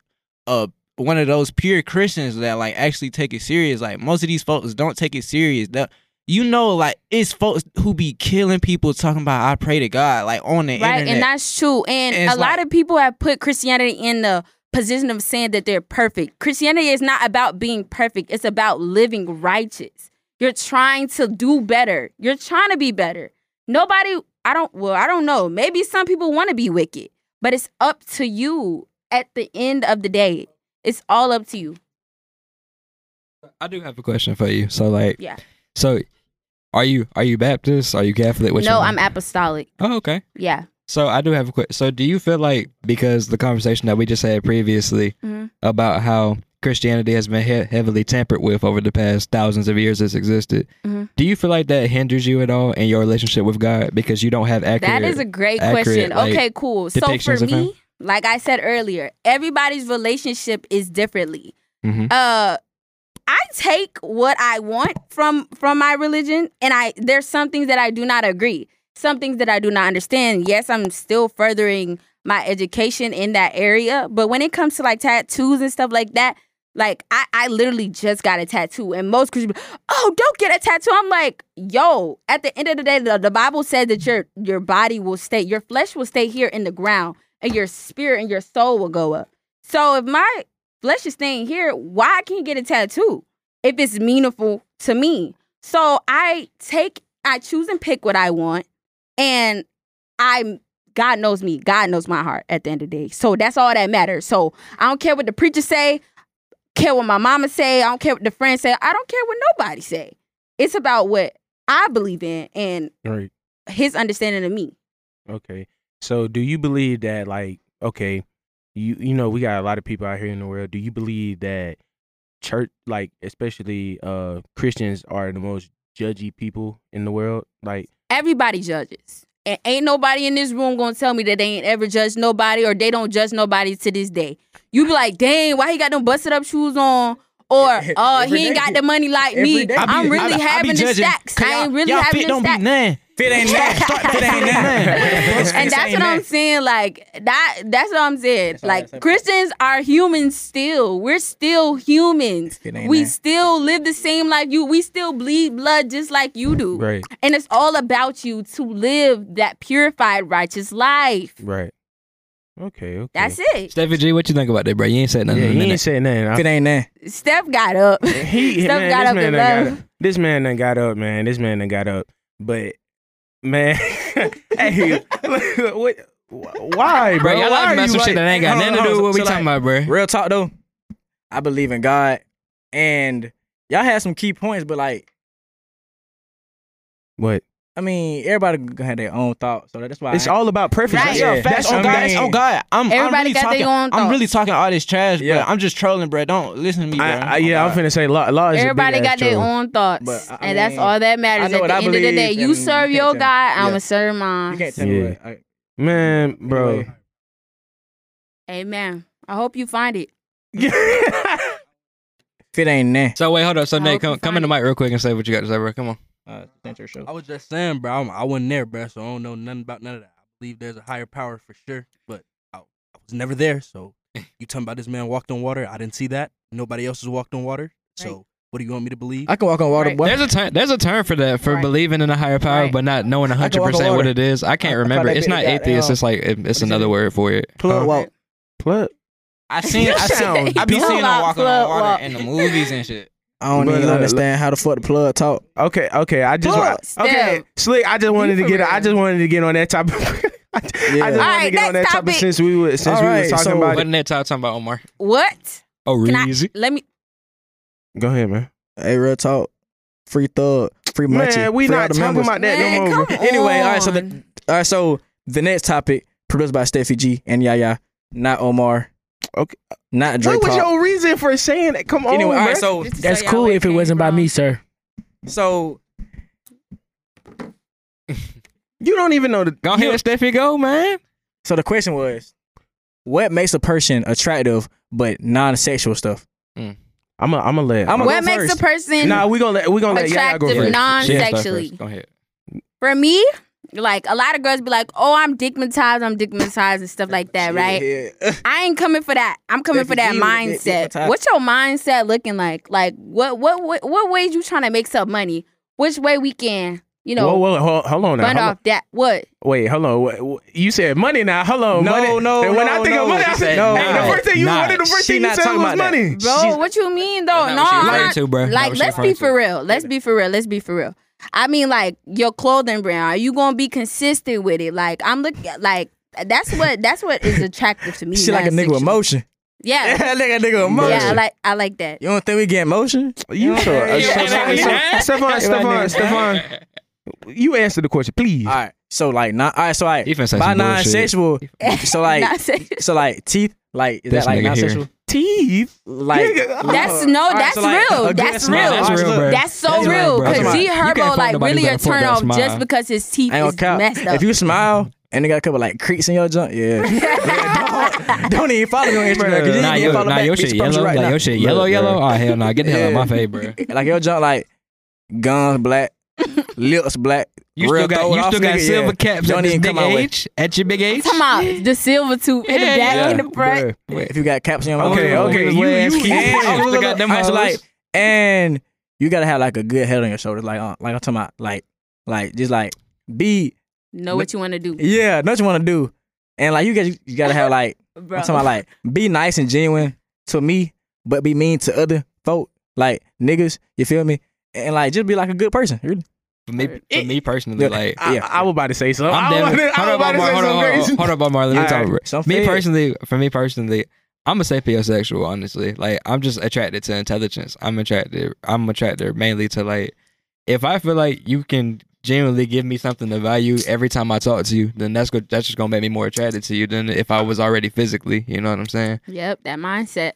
S5: uh one of those pure Christians that like actually take it serious. Like most of these folks don't take it serious. That you know, like it's folks who be killing people talking about I pray to God, like on the
S2: right
S5: internet.
S2: and that's true and,
S5: And it's
S2: a lot
S5: like-
S2: of people have put christianity in the position of saying that they're perfect christianity is not about being perfect it's about living righteous you're trying to do better you're trying to be better nobody i don't well i don't know maybe some people want to be wicked but it's up to you at the end of the day it's all up to you
S3: I do have a question for you. So like,
S2: Yeah.
S3: So, are you are you Baptist? Are you Catholic? Which
S2: no
S3: one?
S2: i'm apostolic
S3: Oh, okay.
S2: yeah
S3: So I do have a question. So do you feel like because the conversation that we just had previously
S2: Mhm.
S3: about how Christianity has been he- heavily tampered with over the past thousands of years it's existed,
S2: Mhm.
S3: do you feel like that hinders you at all in your relationship with God because you don't have accurate?
S2: That is a great
S3: accurate,
S2: question.
S3: like,
S2: okay, cool. So for
S3: depictions of him?
S2: me, like I said earlier, everybody's relationship is differently.
S3: Mhm.
S2: Uh I take what I want from from my religion and I there's some things that I do not agree. Some things that I do not understand. Yes, I'm still furthering my education in that area, but when it comes to like tattoos and stuff like that, like I, I literally just got a tattoo, and most Christians, be like, oh, don't get a tattoo. I'm like, yo. At the end of the day, the, the Bible said that your your body will stay, your flesh will stay here in the ground, and your spirit and your soul will go up. So if my flesh is staying here, why I can't get a tattoo if it's meaningful to me? So I take, I choose and pick what I want, and I'm. God knows me. God knows my heart at the end of the day. So that's all that matters. So I don't care what the preacher say care what my mama say. I don't care what the friends say. I don't care what nobody say. It's about what I believe in and
S1: Right.
S2: his understanding of me.
S1: Okay. So do you believe that like okay, you you know we got a lot of people out here in the world. Do you believe that church like especially uh Christians are the most judgy people in the world? Like
S2: Everybody judges. and ain't nobody in this room gonna tell me that they ain't ever judged nobody or they don't judge nobody to this day. You be like, dang, why he got them busted up shoes on? Or
S5: E,
S2: uh, he ain't got the money like me.
S4: day.
S2: I'm really
S5: I be
S2: having the
S5: judging.
S2: stacks.
S5: Y'all-
S2: I ain't really
S5: y'all
S2: having
S5: fit
S2: the
S5: don't
S2: stacks.
S5: be none.
S4: Fit ain't that. Fit ain't that.
S2: and that's what I'm saying. Like that. That's what I'm saying.
S4: all I
S2: like
S4: said.
S2: Christians are humans still. We're still humans.
S4: It ain't
S2: We
S4: that.
S2: still live the same life you. We still bleed blood just like you do.
S1: Right.
S2: And it's all about you to live that purified, righteous life.
S1: Right. Okay. Okay.
S2: That's it.
S3: Stevie G, what you think about that, bro? You ain't said
S1: Yeah,
S3: nothing. in a
S1: he
S3: minute.
S1: ain't saying nothing. I
S4: Fit ain't that.
S2: Steph got
S1: (laughs)
S2: up.
S1: he
S2: (laughs) Steph
S1: man,
S2: got
S1: this
S2: up
S1: man
S2: and
S1: done got
S2: left.
S1: up. (laughs) This man done got up, man. This man done got up. But man, (laughs) hey, what? Why, bro?
S3: bro, y'all
S1: Why
S3: like
S1: are
S3: about
S1: you
S3: some
S1: like-
S3: shit that ain't got
S4: Hold on,
S3: nothing to do with
S4: hold on.
S3: what we
S4: So,
S3: talking about, bro.
S4: Real talk though, I believe in God, and y'all had some key points, but like,
S1: What?
S4: I mean, everybody gonna have their own thoughts, so that's why.
S1: It's
S4: I,
S1: all about preference.
S2: Right.
S1: That's
S4: Yeah.
S1: all facts.
S4: That's
S5: Oh
S4: what
S5: God,
S4: I'm saying.
S5: oh God, I'm, I'm
S2: Everybody
S5: really
S2: got their
S5: talking.
S2: own
S5: I'm
S2: thoughts.
S5: really talking all this trash,
S4: Yeah.
S5: bro. I'm just trolling, bro. Don't listen to me, bro.
S1: I, I, yeah,
S5: Oh,
S1: I'm finna say law. law is a
S2: Everybody
S1: big ass
S2: got their
S1: troll.
S2: own thoughts,
S4: But, I
S2: and that's
S4: mean,
S2: all that
S4: I
S2: matters.
S4: know
S2: At
S4: what
S2: the
S4: I
S2: end of the
S4: believe,
S2: day, you
S4: and
S2: serve
S4: you
S2: your
S4: can't
S2: God,
S4: tell me.
S2: I'ma
S4: Yeah.
S2: serve mine.
S4: you can't tell me
S1: Yeah.
S4: what. (laughs) I,
S1: Man, bro.
S4: Anyway.
S2: Amen. I hope you find it.
S4: Fit ain't that.
S3: So wait, hold up. So
S2: I
S3: Nate,
S2: hope you
S3: come come
S2: find
S3: in the mic real quick and say what you got to say, bro. Come on.
S4: Uh, censor show.
S7: I was just saying, bro. I'm, I wasn't there, bro. So I don't know nothing about none of that. I believe there's a higher power for sure, but I, I was never there. So (laughs) you talking about this man walked on water? I didn't see that. Nobody else has walked on water. So
S2: Right.
S7: what do you want me to believe?
S4: I can walk on water,
S2: Right.
S4: boy.
S3: There's a term. There's a term for that for
S2: Right.
S3: believing in a higher power,
S2: Right.
S3: but not knowing 100
S4: walk on
S3: percent what
S4: water.
S3: it is. I
S4: I- I
S3: can't
S4: thought
S3: remember.
S4: that
S3: It's
S4: bitch
S3: not
S4: got,
S3: atheist.
S4: um,
S3: It's like it- it's
S4: is it?
S3: another word for it.
S4: Plug walk.
S1: Plug.
S5: I
S2: (laughs)
S5: seen, I (laughs) seen,
S2: sound
S5: I be seeing them
S2: dumb. Plug
S5: walking on
S2: walk.
S5: water in the movies and shit.
S4: I don't
S1: But,
S4: even
S1: uh,
S4: understand how the fuck the plug talk.
S1: Okay, okay. I just
S2: Plug.
S1: want, okay,
S2: Steph.
S1: slick. I just wanted
S2: You
S1: to
S2: for
S1: get. I
S2: real.
S1: just wanted to get on that topic. (laughs) I just
S4: Yeah.
S1: wanted to
S2: Alright,
S1: get on that
S2: next
S1: topic
S2: topic.
S1: since we were since we were
S4: Alright,
S1: talking
S4: so-
S1: about it.
S3: Wasn't that talk talking about Omar?
S2: (laughs) What?
S3: Oh,
S2: Can I-
S3: Reezy.
S2: Let me.
S1: Go ahead, man.
S4: Hey, real talk. Free thug. Free munchie.
S1: Man, we
S4: free all
S1: not
S4: the
S1: talking
S4: members.
S1: about that
S2: Man,
S1: no more.
S2: come
S4: Anyway, all right. So
S2: on.
S4: the all right. So the next topic produced by Steffi G and Yaya, not Omar.
S1: Okay.
S4: Not Drake.
S1: What was your reason for saying that? Come on,
S4: anyway, all
S1: bruh.
S4: right. So
S2: Just to
S6: That's
S2: show y'all
S6: cool
S2: where
S6: if it
S2: came
S6: wasn't by
S2: from.
S6: me, sir.
S4: so
S1: you don't even know the.
S3: Go ahead, Steffi. Go, man.
S4: so the question was, what makes a person attractive but non-sexual stuff?
S1: I'm gonna I'm gonna let.
S4: I'ma
S2: What
S4: go
S2: makes
S4: first.
S2: a person
S1: nah, we gonna let we gonna let y'all go
S2: attractive
S1: first.
S3: She had to start
S2: non-sexually?
S3: first. Go ahead.
S2: For me, like a lot of girls be like, "Oh, I'm digmatized. I'm digmatized and stuff like that." Right?
S4: (laughs) Yeah.
S2: I ain't coming for that. I'm coming for that
S4: Definitely you would get
S2: mindset.
S4: digmatized.
S2: What's your mindset looking like? Like, what what what, what ways you trying to make some money? Which way we can, you know,
S1: whoa, whoa, hold, hold on now.
S2: run
S1: hold on.
S2: off that? What?
S1: Wait, hold on. What- what- You said money now. Hold on.
S4: No,
S1: money.
S4: no,
S1: And when
S4: no,
S1: I think
S4: no.
S1: of money, I
S4: She
S1: said,
S4: said no,
S1: hey, the
S4: no,
S1: first thing you
S5: nah.
S1: wanted, the first
S4: She
S1: thing you
S4: not
S1: said
S4: talking
S1: was
S4: about that.
S1: money.
S2: Bro,
S4: She's-
S2: what you mean though?
S3: Well,
S2: no,
S3: not what she
S2: I'm
S3: referring
S2: not-
S3: to, bro. Not
S2: Like,
S3: what she
S2: let's be
S3: referring
S2: for
S3: to.
S2: real. Let's be for real. Let's be for real. I mean, like your clothing brand. Are you gonna be consistent with it? Like, I'm looking like that's what that's what is attractive to me.
S4: She like a nigga with
S2: non-sexual.
S4: motion.
S2: Yeah,
S4: (laughs) Yeah, like a nigga with motion.
S2: yeah. I like I like that.
S4: you don't think we get motion?
S1: You so, uh,
S4: Yeah,
S1: so, so,
S4: yeah,
S3: yeah.
S1: so, Stephon, Stephon, Stephon, you answer the question, please.
S4: All right. So like not. All right. So I
S3: He finna say
S4: by
S3: some bullshit.
S2: (laughs)
S4: non-sexual. So like
S2: Non-sexual.
S4: (laughs) so like teeth. Like is
S3: This
S4: that like
S3: nigga here.
S4: non-sexual?
S1: Teeth.
S4: Like uh,
S1: Nigga, oh.
S2: (laughs) (laughs) That's no,
S4: right,
S2: that's
S4: so, like,
S2: real.
S4: a good
S2: That's real.
S4: smile,
S3: That's
S2: That's,
S4: Alright,
S3: real,
S4: look,
S3: bro.
S2: so
S4: That's real,
S2: real.
S4: bro.
S2: Cause
S4: That's
S2: G
S3: right. You can't
S2: Herbo
S3: fuck
S2: like
S3: nobody
S2: really
S3: with
S2: a
S3: a full
S2: turn
S3: ass
S2: off
S3: smile.
S2: just because his teeth
S4: I ain't
S2: is
S4: gonna
S2: messed
S4: count.
S2: up.
S4: If you smile and they got a couple like creaks in your junk, (laughs) yeah.
S2: (laughs)
S4: (laughs) Yeah, don't, don't even follow me on Instagram. 'cause you
S3: Nah,
S4: ain't
S3: yo,
S4: follow
S3: nah,
S4: back,
S3: your
S4: bitch,
S3: shit
S4: promise you
S3: yellow.
S4: right
S3: Like
S4: now.
S3: your shit yellow,
S1: Look,
S3: yellow. Oh hell, nah, get the hell out of
S4: Yeah.
S3: my face, bro.
S4: Like your junk, like guns black, lips black.
S3: You
S4: real
S3: still got
S4: throwed
S3: you
S4: off
S3: still got
S4: nigga,
S3: silver
S4: yeah.
S3: caps at
S4: Don't
S3: this
S4: even come
S3: big
S4: my way.
S3: age. At your big age.
S2: Come out the silver tooth in the
S3: Yeah,
S2: back
S3: yeah.
S2: in the front.
S1: Bruh.
S4: If you got caps in your
S1: Okay,
S4: mouth,
S1: okay,
S4: and-
S1: you-
S3: Ass
S1: you-
S3: keep-
S1: and-
S3: Still
S4: oh, look,
S3: got them
S4: alright, so,
S3: hoes.
S4: like, and you gotta have like a good head on your shoulders. Like, uh, like I'm talking about, like, like just like be
S2: Know what you want to do,
S4: yeah, know what you want to do, and like you guys, you gotta
S1: (laughs)
S4: have like.
S2: bro.
S4: I'm talking about like be nice and genuine to me, but be mean to other folk, like niggas. You feel me? And like just be like a good person. Really.
S3: For me, for me personally,
S4: Yeah.
S3: like
S1: I,
S4: Yeah.
S1: I was about to say something.
S3: I'm
S1: I was
S3: damn.
S1: about to, I was
S3: Hold
S1: about
S3: up,
S1: to
S3: Omar.
S1: say
S3: Hold
S1: something
S3: up,
S1: crazy.
S3: hold up, Omar. Let me
S1: All
S3: talk.
S1: right.
S3: bro.
S4: Some
S3: Me
S4: fed.
S3: personally, for me personally, I'm a sapiosexual. Honestly, like I'm just attracted to intelligence. I'm attracted. I'm attracted mainly to like if I feel like you can genuinely give me something of value every time I talk to you, then that's good. That's just gonna make me more attracted to you than if I was already physically. You know what I'm saying?
S2: Yep, that mindset.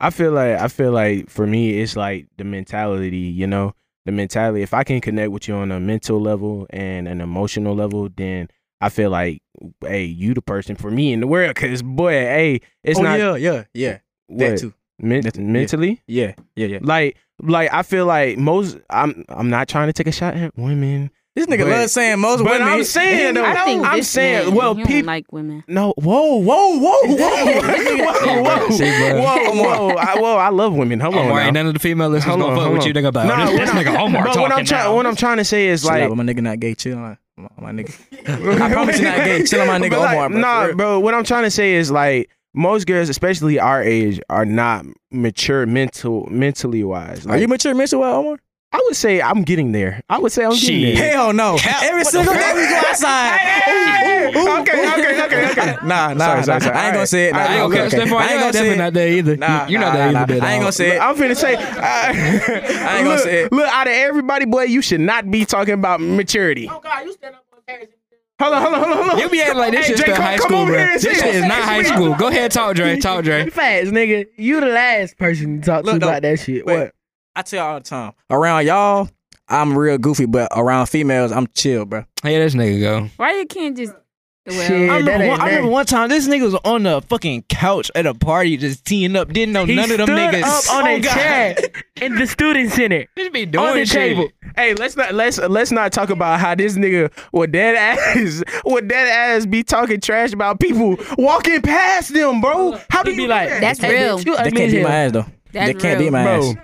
S1: I feel like I feel like for me it's like the mentality, you know, the mentality. If I can connect with you on a mental level and an emotional level, then I feel like, hey, you the person for me in the world, cause boy, hey, it's
S4: oh,
S1: not
S4: yeah, yeah, yeah. That
S1: what,
S4: too.
S1: men-
S4: That too, yeah.
S1: mentally.
S4: Yeah, yeah, yeah.
S1: Like, like I feel like most. I'm, I'm not trying to take a shot at women.
S4: This nigga
S1: But-
S4: loves saying most
S1: but
S4: women.
S1: I'm saying though,
S2: I think
S1: I'm
S2: this
S1: saying,
S2: man,
S1: well,
S2: he don't
S1: people.
S2: like women.
S1: No,
S4: (laughs)
S1: whoa, (laughs) whoa, whoa, whoa, whoa, whoa,
S3: See, bro.
S1: whoa, whoa, I, whoa! I love women. Hold
S3: Omar
S1: on,
S3: ain't
S1: now.
S3: none of the female listeners
S1: Hold
S3: gonna
S1: on,
S3: fuck
S1: hold
S3: with you,
S1: on.
S3: nigga.
S4: Uh,
S3: About
S1: Nah,
S3: nah,
S1: we're
S3: this, this
S1: not-
S3: nigga Omar
S1: but
S3: talking
S1: what I'm
S3: now.
S1: trying, what I'm trying to say is
S4: Chill
S1: like,
S4: out, but my nigga not gay. Chill on, my- my
S1: (laughs)
S4: nigga. I promise you not gay. Chill on my nigga
S1: But like,
S4: Omar, bro.
S1: Nah,
S4: For real.
S1: bro. What I'm trying to say is like most girls, especially our age, are not mature mental mentally wise.
S4: Are
S1: Like,
S4: you mature mental well, Omar?
S1: I would say I'm getting there. I would say I'm getting (laughs)
S3: Shit.
S1: there.
S4: Hell no. Every single day we go
S1: Hey,
S4: outside.
S1: hey, okay, okay, okay,
S5: (laughs)
S1: okay.
S4: (laughs) Nah,
S1: Sorry,
S4: nah,
S1: sorry,
S4: nah.
S1: sorry.
S4: I ain't gonna say it. Nah,
S1: Alright,
S4: I
S3: Hey,
S4: ain't
S3: okay,
S4: gonna
S1: okay.
S4: say it.
S3: Stephon,
S4: I
S3: you're
S4: ain't gonna
S3: definitely
S4: say it.
S3: not there either.
S4: Nah,
S3: you're
S4: nah,
S3: not there
S4: nah,
S3: either.
S4: nah. I ain't gonna say it.
S1: I'm finna
S4: (laughs)
S1: say. I
S4: ain't gonna
S1: look,
S4: say it.
S1: Look, out of everybody, boy, you should not be talking about maturity.
S6: Oh God, you stand up on Paris.
S1: Hold on, hold on, hold on, hold on.
S3: You be acting like this
S1: Hey,
S3: shit's
S1: Jay,
S3: still
S1: come-
S3: high
S1: come
S3: school,
S1: over
S3: bro.
S1: here and
S3: This
S1: sit.
S3: shit is not high school. Go ahead, talk Dre. Talk Dre.
S6: Facts, nigga. You the last person to talk
S4: Look,
S6: to
S4: no,
S6: about that shit.
S4: wait.
S6: What?
S4: I tell y'all all the time. Around y'all, I'm real goofy, but around females, I'm chill, bro.
S3: Hey, this nigga go.
S2: Why you can't just? Well,
S6: Shit.
S5: I
S6: Yeah, that
S5: remember,
S6: ain't
S5: one, I remember
S6: nothing.
S5: one time this nigga was on the fucking couch at a party just teeing up. Didn't know
S6: He
S5: none of them
S6: stood
S5: niggas.
S6: up on
S5: Oh,
S6: a
S5: God.
S6: chair in the student center
S3: This be
S6: on
S3: doing
S6: the table.
S3: shit.
S1: Hey, let's not let's let's not talk about how this nigga with that ass (laughs) with that ass be talking trash about people walking past them, bro. How do
S6: He
S1: you
S6: be
S1: do
S6: like,
S1: that?
S2: That's
S6: "Hey,
S2: real.
S6: bitch, you
S4: They
S6: ugly
S4: can't
S6: as
S4: beat my
S6: hell."
S4: ass though.
S2: That's
S4: They can't
S2: real.
S4: beat my
S1: bro?
S4: ass.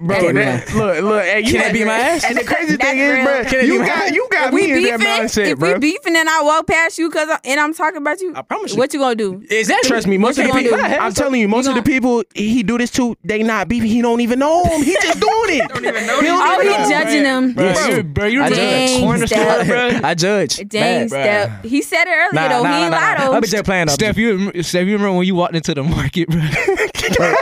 S1: Bro,
S4: Can't be
S1: that, (laughs) look, look, hey, you
S4: Can it be my ass?
S1: And the crazy
S2: That's
S1: thing is,
S2: real.
S1: bro,
S4: Can it be
S1: you
S4: my
S1: got
S4: ass?
S1: you got
S2: if we
S1: me in
S2: beefing,
S1: that mindset,
S2: if
S1: bro.
S2: we beefing and I walk past you cause I'm, and I'm talking about you,
S4: I promise you.
S2: what you gonna do?
S4: Exactly.
S1: Trust me, most
S2: What
S1: of the
S2: you
S1: people.
S2: gonna do?
S1: I'm telling you, most of the people he do this to, they not beefing. He don't even know him. He just doing it. don't even know
S2: Oh, he judging him.
S4: Bro,
S5: Bro, you- bro, you
S4: I
S5: remember the
S2: judge.
S5: corner store,
S2: Dang,
S5: bro?
S4: I judge. Bad, bruh.
S2: Dang, step. He said it earlier
S4: Nah, nah,
S2: though. he
S4: nah,
S2: ain't
S4: nah,
S2: lied
S4: nah.
S2: though.
S4: I'm just playing. though.
S5: Steph, you rem- Steph, you remember when you walked into the market, bro?
S1: (laughs)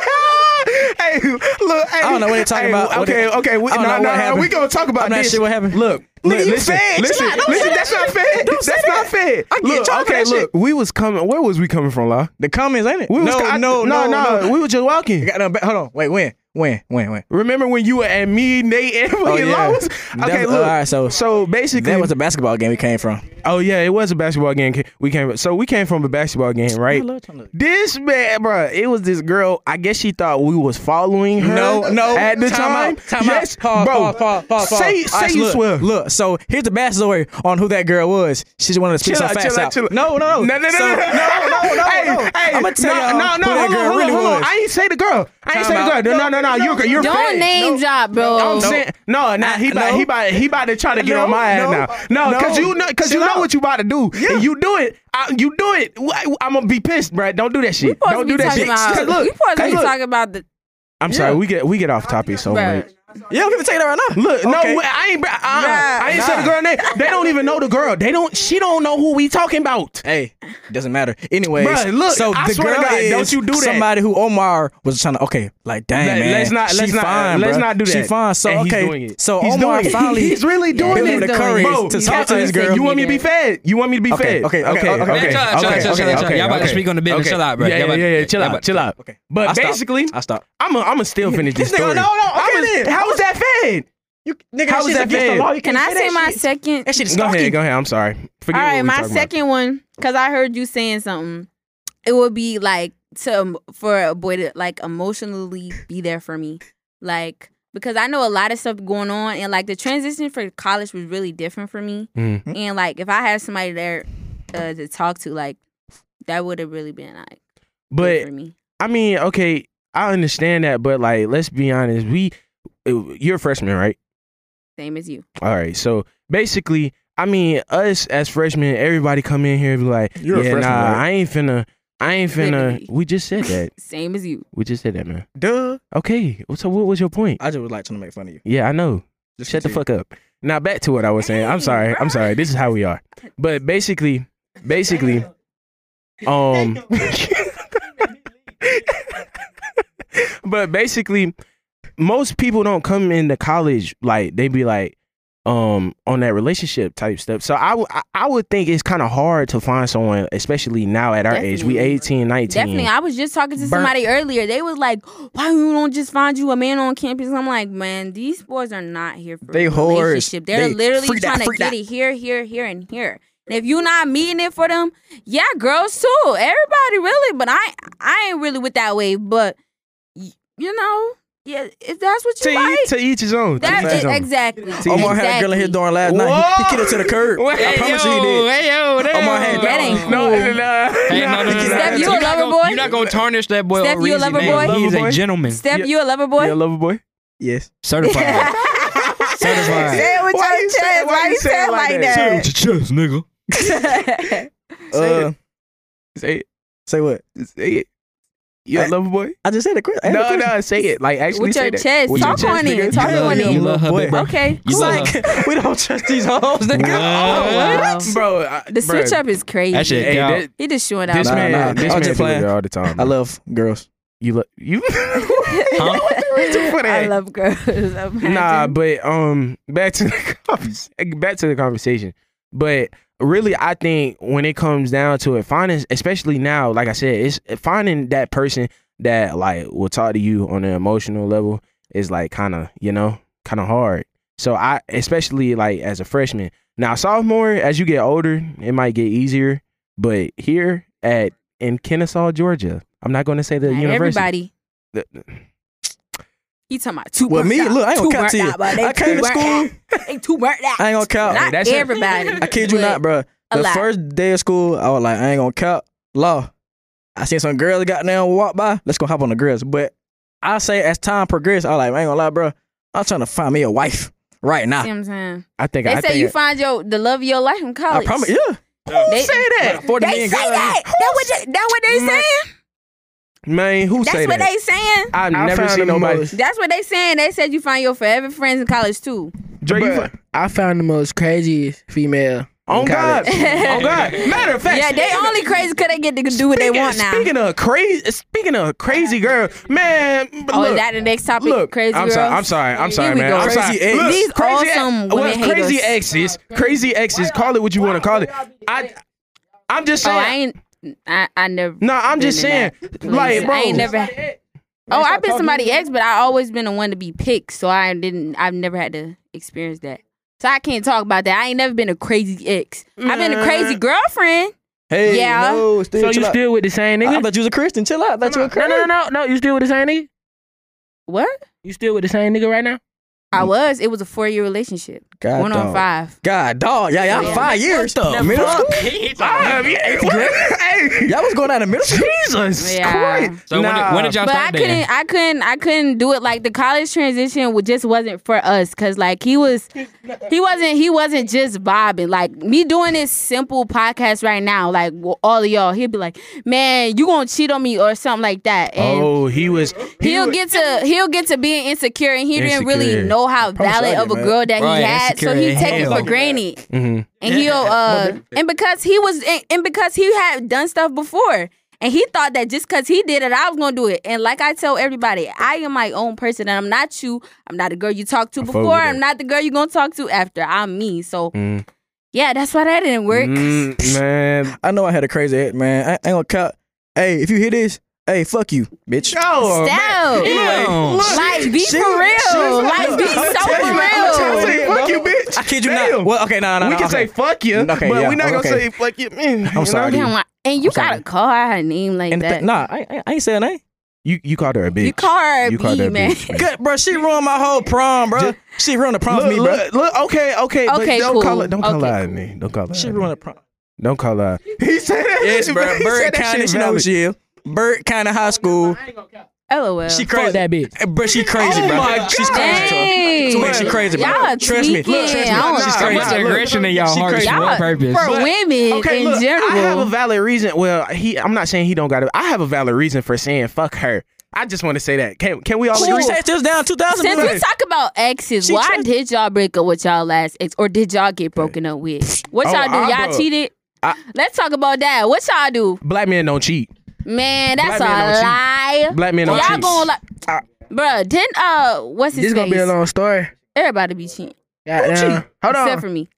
S1: hey, look, hey,
S4: I don't know what they're talking
S1: hey,
S4: about. What
S1: Okay,
S4: they-
S1: okay, we,
S4: I
S1: no,
S4: don't
S1: no,
S4: know what
S1: no,
S4: happened.
S1: we gonna talk about
S4: I'm not
S1: this.
S4: sure what happened.
S1: Look,
S4: Look,
S1: look,
S4: listen,
S1: listen, listen,
S4: chill out, don't
S1: listen,
S4: say
S1: that's
S4: that
S1: not
S4: shit.
S1: fair.
S4: Don't say
S1: That's
S4: that.
S1: not fair.
S4: I get
S1: Look,
S4: tired of
S1: okay,
S4: that shit.
S1: look, we was coming. Where was we coming from, La?
S4: The comments, ain't it?
S1: We was
S4: no,
S1: co-
S4: no,
S1: no, no, We were just
S4: You
S1: walking.
S4: got no ba- Hold on. Wait, when? When? When? When?
S1: Remember when you were at me, Nate, and (laughs) we
S4: Oh, yeah.
S1: lost?
S4: That
S1: Okay,
S4: was-
S1: look.
S4: all right, so-
S1: so basically,
S4: That was a basketball game we came from.
S1: oh yeah, it was a basketball game. We came, so we came from a basketball game, right? This man, bruh, it was this girl. I guess she thought we was following her.
S4: No, no.
S1: At the time,
S4: out, time
S1: yes,
S4: out. Pause,
S1: bro.
S4: Pause, pause, pause, pause.
S1: Say,
S4: All
S1: say
S4: right, so
S1: you
S4: look,
S1: swear.
S4: Look, so here's the backstory on who that girl was. She just wanted to speak
S1: Chill
S4: some
S1: out,
S4: facts
S1: chill out,
S4: out.
S1: chill out.
S4: No, no, no,
S1: No, no, no,
S4: So-
S1: no,
S4: no, no, no,
S1: Hey,
S4: no.
S1: hey,
S4: I'ma tell
S1: no,
S4: y'all
S1: No, no,
S4: who that
S1: hold on,
S4: girl
S1: hold on,
S4: really
S1: hold on.
S4: was.
S1: I ain't say the girl. I ain't
S4: Time
S1: say the
S4: out.
S1: girl. No, no, no, no. You're, you're
S2: Don't
S1: fake.
S2: name drop, bro.
S1: I'm
S4: Oh.
S1: saying no, nah. He about
S4: no.
S1: he about he about to try to get
S4: No,
S1: on my ass
S4: no,
S1: now. No,
S4: no.
S1: cause you know cause you
S4: Chill
S1: know
S4: out.
S1: what you about to do. And you do it. I, you do it. I'm gonna be pissed, bruh. Don't do that shit.
S2: supposed
S1: Don't
S2: to
S1: do
S2: be
S1: that
S2: talking
S1: shit.
S2: about.
S1: 'Cause look,
S2: we supposed to
S1: 'cause
S2: be
S1: look,
S2: talking about the.
S1: I'm sorry. We get we get off topic so
S2: Bruh.
S1: much.
S4: You don't even take that right now.
S1: Look,
S4: Okay.
S1: no, I ain't. Uh, I ain't said
S4: Nah.
S1: the girl name. They don't even know the girl. They don't. She don't know who we talking about.
S4: Hey, doesn't matter. Anyways,
S1: Bruh, look,
S4: so
S1: I
S4: the
S1: swear to
S4: girl
S1: God,
S4: is
S1: don't you do that.
S4: somebody who Omar was trying to. Okay, like dang
S1: Let-
S4: man,
S1: let's not-
S4: she
S1: let's not-
S4: fine,
S1: let's
S4: bruh.
S1: not do
S4: She
S1: that.
S4: fine. So
S1: And he's
S4: okay,
S1: doing it.
S4: so
S1: He's
S4: Omar
S1: doing it.
S4: finally
S1: (laughs) He's really doing
S4: built
S1: it.
S4: the courage
S1: Bro,
S4: to
S1: he
S4: talk
S1: got
S4: to this
S1: say,
S4: girl.
S1: You want me to be fed? You want me to be
S4: Okay,
S1: fed?
S4: okay, okay, okay, okay.
S3: Chill out, chill out, chill out, chill out. Y'all about to speak on the business. Chill out, bro.
S1: Yeah,
S3: Y'all
S1: yeah,
S3: about-
S1: yeah, yeah, Chill
S3: y'all
S1: out,
S3: about-
S1: chill out.
S4: Okay. I
S1: But
S4: stopped.
S1: basically,
S4: I stopped.
S1: I'm a, I'm gonna still finish this
S4: (laughs) This nigga,
S1: story.
S4: no, no,
S1: I
S4: okay
S1: was-
S4: then.
S1: How was that fed?
S4: You, nigga,
S1: How
S4: that
S1: was
S4: shit
S1: that
S4: against
S1: fed?
S4: the law. You
S2: Can
S4: can't
S2: I say
S4: that
S2: my
S4: shit.
S2: second?
S4: That shit is
S1: Go ahead,
S4: stalking.
S1: go ahead. I'm sorry. Forget
S2: All
S1: what
S2: right,
S1: we
S2: my
S1: talking
S2: second one, because I heard you saying something. It would be like to um, for a boy to like emotionally be there for me, like because I know a lot of stuff going on, and like the transition for college was really different for me,
S1: Mhm.
S2: and like if I had somebody there uh, to talk to, like that would have really been like
S1: But
S2: good for me.
S1: I mean, okay, I understand that, but like, let's be honest. We, you're a freshman, right?
S2: Same as you.
S1: All right. So basically, I mean, us as freshmen, everybody come in here and be like,
S4: You're a
S1: yeah,
S4: freshman,
S1: nah,
S4: right?"
S1: I ain't finna, I ain't finna.
S2: Literally.
S1: We just said that.
S2: (laughs) Same as you.
S1: We just said that, man.
S4: Duh.
S1: Okay. So what was your point?
S4: I just was like trying to make fun of you.
S1: Yeah, I know.
S4: Just
S1: Shut the
S4: continue.
S1: fuck up. Now back to what I was saying. I'm sorry. I'm sorry. This is how we are. But basically, basically, um, (laughs) but basically, most people don't come into college like they be like, um, on that relationship type stuff. So I would- I- I would think it's kind of hard to find someone, especially now at our age. We
S2: Definitely.
S1: 18, 19.
S2: Definitely. I was just talking to somebody earlier. They was like, "Why you don't just find you a man on campus?" I'm like, "Man, these boys are not here for
S4: They
S2: a
S4: whores.
S2: relationship. They're
S4: They
S2: literally
S4: freak that-
S2: trying to
S4: freak
S2: get
S4: that.
S2: it here, here, here, and here." And if you not meeting it for them, yeah, girls too. Everybody really, but I I ain't really with that wave. But y- you know, yeah, if that's what
S1: To,
S2: you like,
S1: each, to each his own. To
S2: that
S1: each his
S2: is
S1: own.
S2: exactly.
S4: Omar had a girl in his
S2: exactly.
S4: dorm last night. He, he kicked her to the curb. I
S3: Hey,
S4: promise you he
S3: yo,
S4: did.
S3: Hey yo, that
S4: Omar had
S3: ain't-
S2: That ain't cool.
S1: No, no, no,
S3: Hey, no, no, no, no, no.
S2: Steph, you a
S3: You're not
S2: lover
S3: gonna-
S2: boy?
S3: You're not gonna tarnish that boy.
S2: Steph,
S3: over
S2: you a
S3: easy
S2: lover
S3: name.
S2: boy?
S3: He's
S1: Lover boy?
S3: a gentleman,
S2: Step,
S1: Yeah.
S2: you a lover boy?
S1: Yeah, lover boy.
S4: Yes.
S2: (laughs)
S3: certified. Certified.
S8: Say it with
S1: Why
S8: your
S1: you say-
S8: chest.
S1: why
S8: Why
S1: you
S8: you
S1: say
S8: say it like that?
S3: your chest, nigga.
S2: (laughs)
S1: Say
S4: Uh,
S1: Say it.
S4: say what?
S1: Say it. You a
S4: I-
S1: lover boy?
S4: I just said the question.
S1: No, no, say it. Like actually
S2: With
S1: say
S2: your
S1: that.
S2: chest.
S1: With your
S2: Talk
S1: chest,
S2: on it.
S1: nigga.
S2: Talk
S1: You
S2: on
S1: love-
S2: it.
S1: you
S3: love her,
S1: boy.
S3: big bro.
S2: Okay.
S3: You
S2: cool.
S3: love her.
S4: Like, we don't trust these hoes,
S2: Oh,
S4: nigga.
S2: wow.
S1: Bro, I-
S2: The
S1: bro,
S2: switch up is crazy.
S3: That shit
S1: Hey,
S3: count.
S1: that-
S2: He just showing out.
S1: this
S4: Nah,
S2: (laughs)
S1: man,
S4: nah,
S1: this
S4: I was
S1: man
S4: just
S1: do it
S4: playing.
S1: all the time. bro.
S4: I love girls.
S1: you. Lo- you.
S4: (laughs)
S1: What's the reason for
S2: (laughs) I
S1: that?
S2: love girls. Imagine.
S1: Nah, but um, back to the (laughs) convers- back to the conversation. But really, I think when it comes down to it, finding, especially now, like I said, it's finding that person that like will talk to you on an emotional level is like kind of you know kind of hard. So I, especially like as a freshman, now sophomore, as you get older, it might get easier. But here at in Kennesaw, Georgia, I'm not going to say the
S2: Not
S1: university.
S2: everybody.
S1: the-
S2: He talking about two
S4: Well,
S2: burnt
S4: me,
S2: out,
S4: look, I ain't
S2: two
S4: gonna count to
S2: burnt
S4: you.
S2: out, but they
S4: I came
S2: too
S4: to
S2: burnt
S4: school.
S2: out. They too burnt out.
S4: I ain't gonna count.
S2: Not
S1: that's it.
S2: everybody.
S4: I kid you
S2: but
S4: not, bro.
S2: a
S4: The
S2: lot.
S4: first day of school, I was like, I ain't gonna count. Law. I seen some girls got down walk by. Let's go hop on the girls. But I say as time progressed, I was like, I ain't gonna lie, bro. I'm trying to find me a wife right
S2: See
S4: now.
S2: what I'm saying?
S1: I think
S2: They
S1: I
S2: say
S1: think
S2: you find your the love of your life in
S4: I
S2: college.
S4: promise. Yeah.
S2: They say
S4: that? 40
S2: They say
S4: million girls.
S2: that. That what they, that what they saying?
S1: man, who say
S2: That's what
S1: that?
S2: they saying.
S1: I've
S6: I
S1: never
S6: found
S1: seen
S6: the
S1: nobody.
S6: most-
S2: That's what they saying. They said you find your forever friends in college too.
S1: Dre, you
S6: Bruh,
S1: fu-
S6: I found the most craziest female.
S5: Oh,
S1: on
S6: in
S1: God,
S6: college.
S1: on
S4: (laughs)
S1: God. Matter of fact,
S2: yeah, they
S1: speaking
S2: only
S1: of-
S2: crazy because they get to do what they
S1: speaking-
S2: want now.
S1: Speaking of crazy, speaking of crazy girl, man. but
S2: oh, is
S1: look,
S2: that the next topic?
S1: look,
S2: crazy
S1: I'm
S2: girl.
S1: sorry, I'm sorry, I'm sorry,
S2: we
S1: man.
S2: go.
S1: I'm sorry.
S4: Crazy ex.
S1: Look,
S2: These
S1: crazy ex-
S2: awesome
S1: well,
S2: women
S1: crazy
S2: haters.
S1: exes, crazy exes. Call it what you want to call it. I, I'm just
S2: Oh, I
S1: saying.
S2: ain't. I, I never.
S1: No, I'm just
S2: been
S1: saying.
S2: in that place.
S1: Like, bro,
S2: I ain't never. Oh, I've been somebody ex, but I always been the one to be picked, so I didn't. I've never had to experience that, so I can't talk about that. I ain't never been a crazy ex. I've been a crazy girlfriend.
S4: Hey,
S2: Yeah.
S4: no, still,
S6: So
S4: chill
S6: you
S4: out.
S6: still with the same
S4: I
S6: nigga?
S4: thought you was a Christian. Chill out. I thought you were a
S6: No,
S4: Christian.
S6: no, no, no, no. You still with the same nigga?
S2: What?
S6: You still with the same nigga right now?
S2: I was. It was a four year relationship.
S4: God,
S2: one on
S4: dog.
S2: five.
S4: God, dog. Yeah, y'all
S2: Yeah.
S4: five years.
S5: the
S4: middle school?
S1: I, yeah, what? Hey,
S4: Y'all was going out of middle school?
S1: Jesus
S2: Yeah.
S1: Christ.
S3: So when did- when did y'all
S2: But I
S3: stop
S2: couldn't.
S3: dating?
S2: I couldn't. I couldn't do it. Like the college transition wa- just wasn't for us. Cause like he was, he wasn't. He wasn't just vibing. Like me doing this simple podcast right now. Like w- all of y'all, he'd be like, "Man, you gonna cheat on me or something like that." And
S1: Oh, he was. he
S2: he'll
S1: was-
S2: get to he'll get to being insecure, and he didn't really
S1: Insecure.
S2: know how valid
S4: you,
S2: of a
S4: man.
S2: girl that
S3: Right,
S2: he had. So
S3: insecure
S2: he
S3: as
S2: take it
S3: hell. Mm-hmm.
S2: for granted.
S1: Mhm.
S2: and he'll uh and because he was and, and because he had done stuff before and he thought that just because he did it i was gonna do it and like i tell everybody i am my own person and i'm not you i'm not the girl you talked to
S1: I fuck
S2: before
S1: with that.
S2: i'm not the girl you're gonna talk to after i'm me so
S1: Mm.
S2: yeah that's why that didn't work
S1: Mm, man,
S4: I know I had a crazy head, man. I ain't gonna count. Hey, if you hear this, hey, fuck you, bitch.
S1: Oh,
S2: Stop. like be
S4: She-
S2: for
S4: she-
S2: real
S4: no,
S2: like be
S4: I'ma
S2: so
S4: tell you, I'ma
S2: for
S4: tell
S2: real
S4: you.
S1: Say, fuck you, bitch.
S4: I kid you
S1: Damn.
S4: not. Well, okay, nah, nah.
S1: we
S4: nah,
S1: can say
S4: okay.
S1: fuck you,
S4: Okay,
S1: but
S4: yeah,
S1: we're not gonna
S4: okay.
S1: say fuck you. Mm, you know?
S4: sorry.
S2: Damn, why- and you gotta call her a name like
S4: And the
S2: that
S4: th- nah, I, I- I ain't saying that.
S1: You you called her a bitch.
S2: you call her a
S1: You called her
S2: B,
S1: a
S2: man
S1: bitch.
S4: Good, bro. She ruined my whole prom, bro. She ruined the prom for
S1: Look,
S4: me, bro.
S1: look, look, okay, okay, but
S2: Okay,
S1: don't
S2: cool.
S1: call it, don't call
S2: Okay,
S1: her at
S2: cool.
S1: me, don't call her.
S4: She
S1: at me.
S4: ruined the prom.
S1: Don't call her. He said that.
S4: Yes,
S1: shit,
S4: bro.
S5: (laughs)
S1: he
S4: Bird
S1: said that
S4: County,
S1: shit
S4: she know who
S1: valid.
S4: she is. Bird County High School.
S2: lol
S4: She
S6: Fuck
S4: crazy.
S6: that bitch.
S4: Hey, Bro, she crazy,
S1: Oh
S4: bro.
S1: my
S4: She's
S1: God.
S4: crazy, bro.
S2: Dang.
S4: So, man, she crazy, bro.
S2: Y'all
S4: Trust me. Look,
S2: tweaking.
S4: trust me.
S2: I don't
S1: Nah,
S2: know.
S1: nah,
S3: So much
S1: look,
S3: aggression in y'all
S4: she
S3: hearts
S4: crazy.
S3: for
S2: Y'all,
S3: what purpose?
S2: for
S1: But-
S2: women
S1: Okay,
S2: in
S1: look,
S2: general.
S1: I have a valid reason. Well, he, I'm not saying he don't got it. I have a valid reason for saying fuck her. I just want to say that. Can can we all
S4: She
S1: agree?
S4: was just down 2000
S2: Since we talk about exes,
S4: She
S2: why
S4: tried-
S2: did y'all break up with y'all last ex, or did y'all get broken up with? What
S1: Oh,
S2: y'all do?
S1: I
S2: Y'all
S1: broke-
S2: cheated.
S1: I-
S2: Let's talk about that. What y'all do?
S1: Black men don't cheat.
S2: Man, that's
S1: Black men don't
S2: a lie.
S1: Black men don't
S2: Y'all
S1: cheat.
S2: going like, bruh? Didn't uh, what's his
S6: This gonna
S2: face?
S6: be a long story.
S2: Everybody be cheating,
S6: Goddamn. Hold on.
S2: except for me.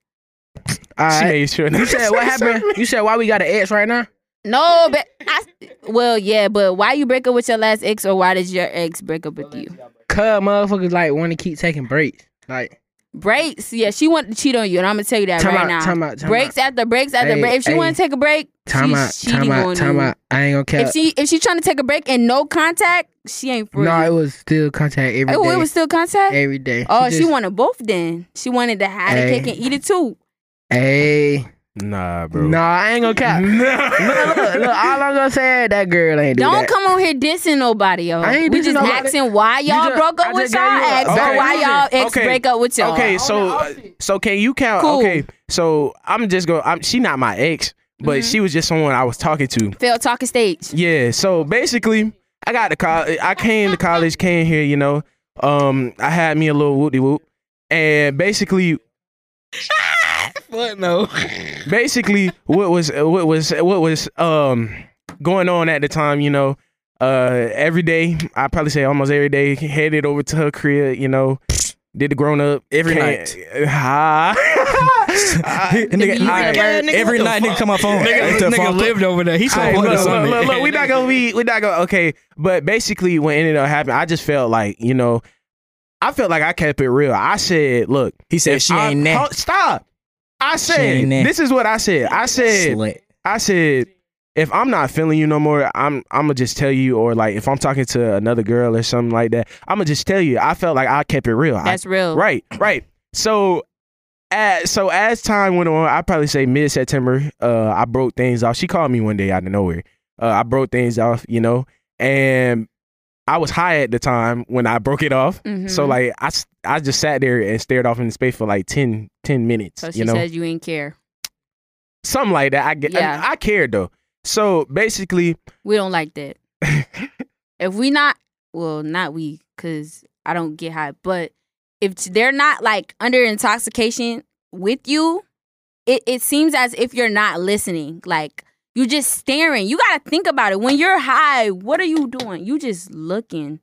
S6: All
S1: She
S6: right.
S1: made sure.
S6: You
S4: (laughs)
S6: said what happened? You said why we got an ex right now?
S2: No, but I. Well, yeah, but why you break up with your last ex, or why did your ex break up with you?
S6: Cuz motherfuckers like want to keep taking breaks. Like
S2: breaks. Yeah, she wanted to cheat on you, and I'm gonna tell you that
S6: Time
S2: right
S6: out,
S2: now.
S6: time out, time
S2: breaks
S6: out.
S2: after breaks after
S6: Hey,
S2: break. If she
S6: hey.
S2: want to take a break,
S6: Time
S2: she's
S6: out,
S2: cheating
S6: time
S2: on
S6: out, time
S2: you.
S6: out. I ain't gonna
S2: If
S6: cap.
S2: she if she trying to take a break and no contact, she ain't free.
S6: No, it was still contact every day.
S2: oh, it was still contact.
S6: every day.
S2: oh, she
S6: just-
S2: wanted both. Then she wanted to have the
S6: Hey.
S2: cake and eat it too.
S6: Hey,
S1: Nah, bro.
S6: no, I ain't gonna
S4: (laughs)
S6: cap. look,
S1: (laughs)
S6: look, look, all I'm gonna say is that girl ain't do
S2: Don't
S6: that.
S2: come on here dissing nobody, yo.
S6: I ain't
S2: we
S6: dissing
S2: just
S6: nobody.
S2: asking why
S6: You
S2: y'all
S6: just-
S2: broke
S6: I
S2: up with
S6: just
S2: y'all
S6: gave you a-
S2: ex,
S1: Okay.
S2: or why y'all ex
S1: Okay.
S2: break up with y'all.
S1: Okay, so uh, so can you count?
S2: Cool.
S1: Okay, so I'm just going. I'm she not my ex, but
S2: Mhm.
S1: she was just someone I was talking to.
S2: failed talking stage.
S1: Yeah. So basically, I got to college. I came to college, came here. You know, um, I had me a little whoop de whoop, and basically,
S3: What no?
S1: basically, what was what was what was um going on at the time? You know, uh, every day I probably say almost every day headed over to her crib. You know. Did the grown up
S4: Every
S1: came- (laughs)
S4: night.
S1: Ha. I-
S4: nigga,
S2: you
S4: I-
S2: said, "Nigga,
S4: every night nigga come up phone.
S3: nigga,
S4: What the
S3: this nigga
S4: fuck?
S3: lived over there. He saw
S1: Alright,
S3: what
S1: look,
S3: the
S1: look,
S3: sun
S1: look, look, we
S3: did.
S1: not gonna be, we not gonna. Okay, but basically, what ended up happening, I just felt like, you know, I felt like I kept it real. I said, look,
S4: He said she
S1: I-
S4: ain't
S1: Hold-
S4: that.
S1: Stop. I said,
S4: ain't that.
S1: this is what I said. I said,
S4: Slut.
S1: I said, if I'm not feeling you no more, I'm I'm gonna just tell you, or like if I'm talking to another girl or something like that, I'm gonna just tell you. I felt like I kept it real. I
S2: That's real.
S1: Right, right. So, as, so as time went on, I probably say mid September, uh, I broke things off. She called me one day out of nowhere. Uh, I broke things off, you know, and I was high at the time when I broke it off.
S2: Mhm.
S1: So like I, s- I just sat there and stared off into space for like 10, 10 minutes,
S2: So she
S1: you know,
S2: says you ain't care.
S1: something like that. I get,
S2: Yeah.
S1: I, I cared though. So basically,
S2: We don't like that. if we not, well, not we, because I don't get high. But if they're not like under intoxication with you, it, it seems as if you're not listening. Like you just staring. You gotta think about it. When you're high, what are you doing? You just looking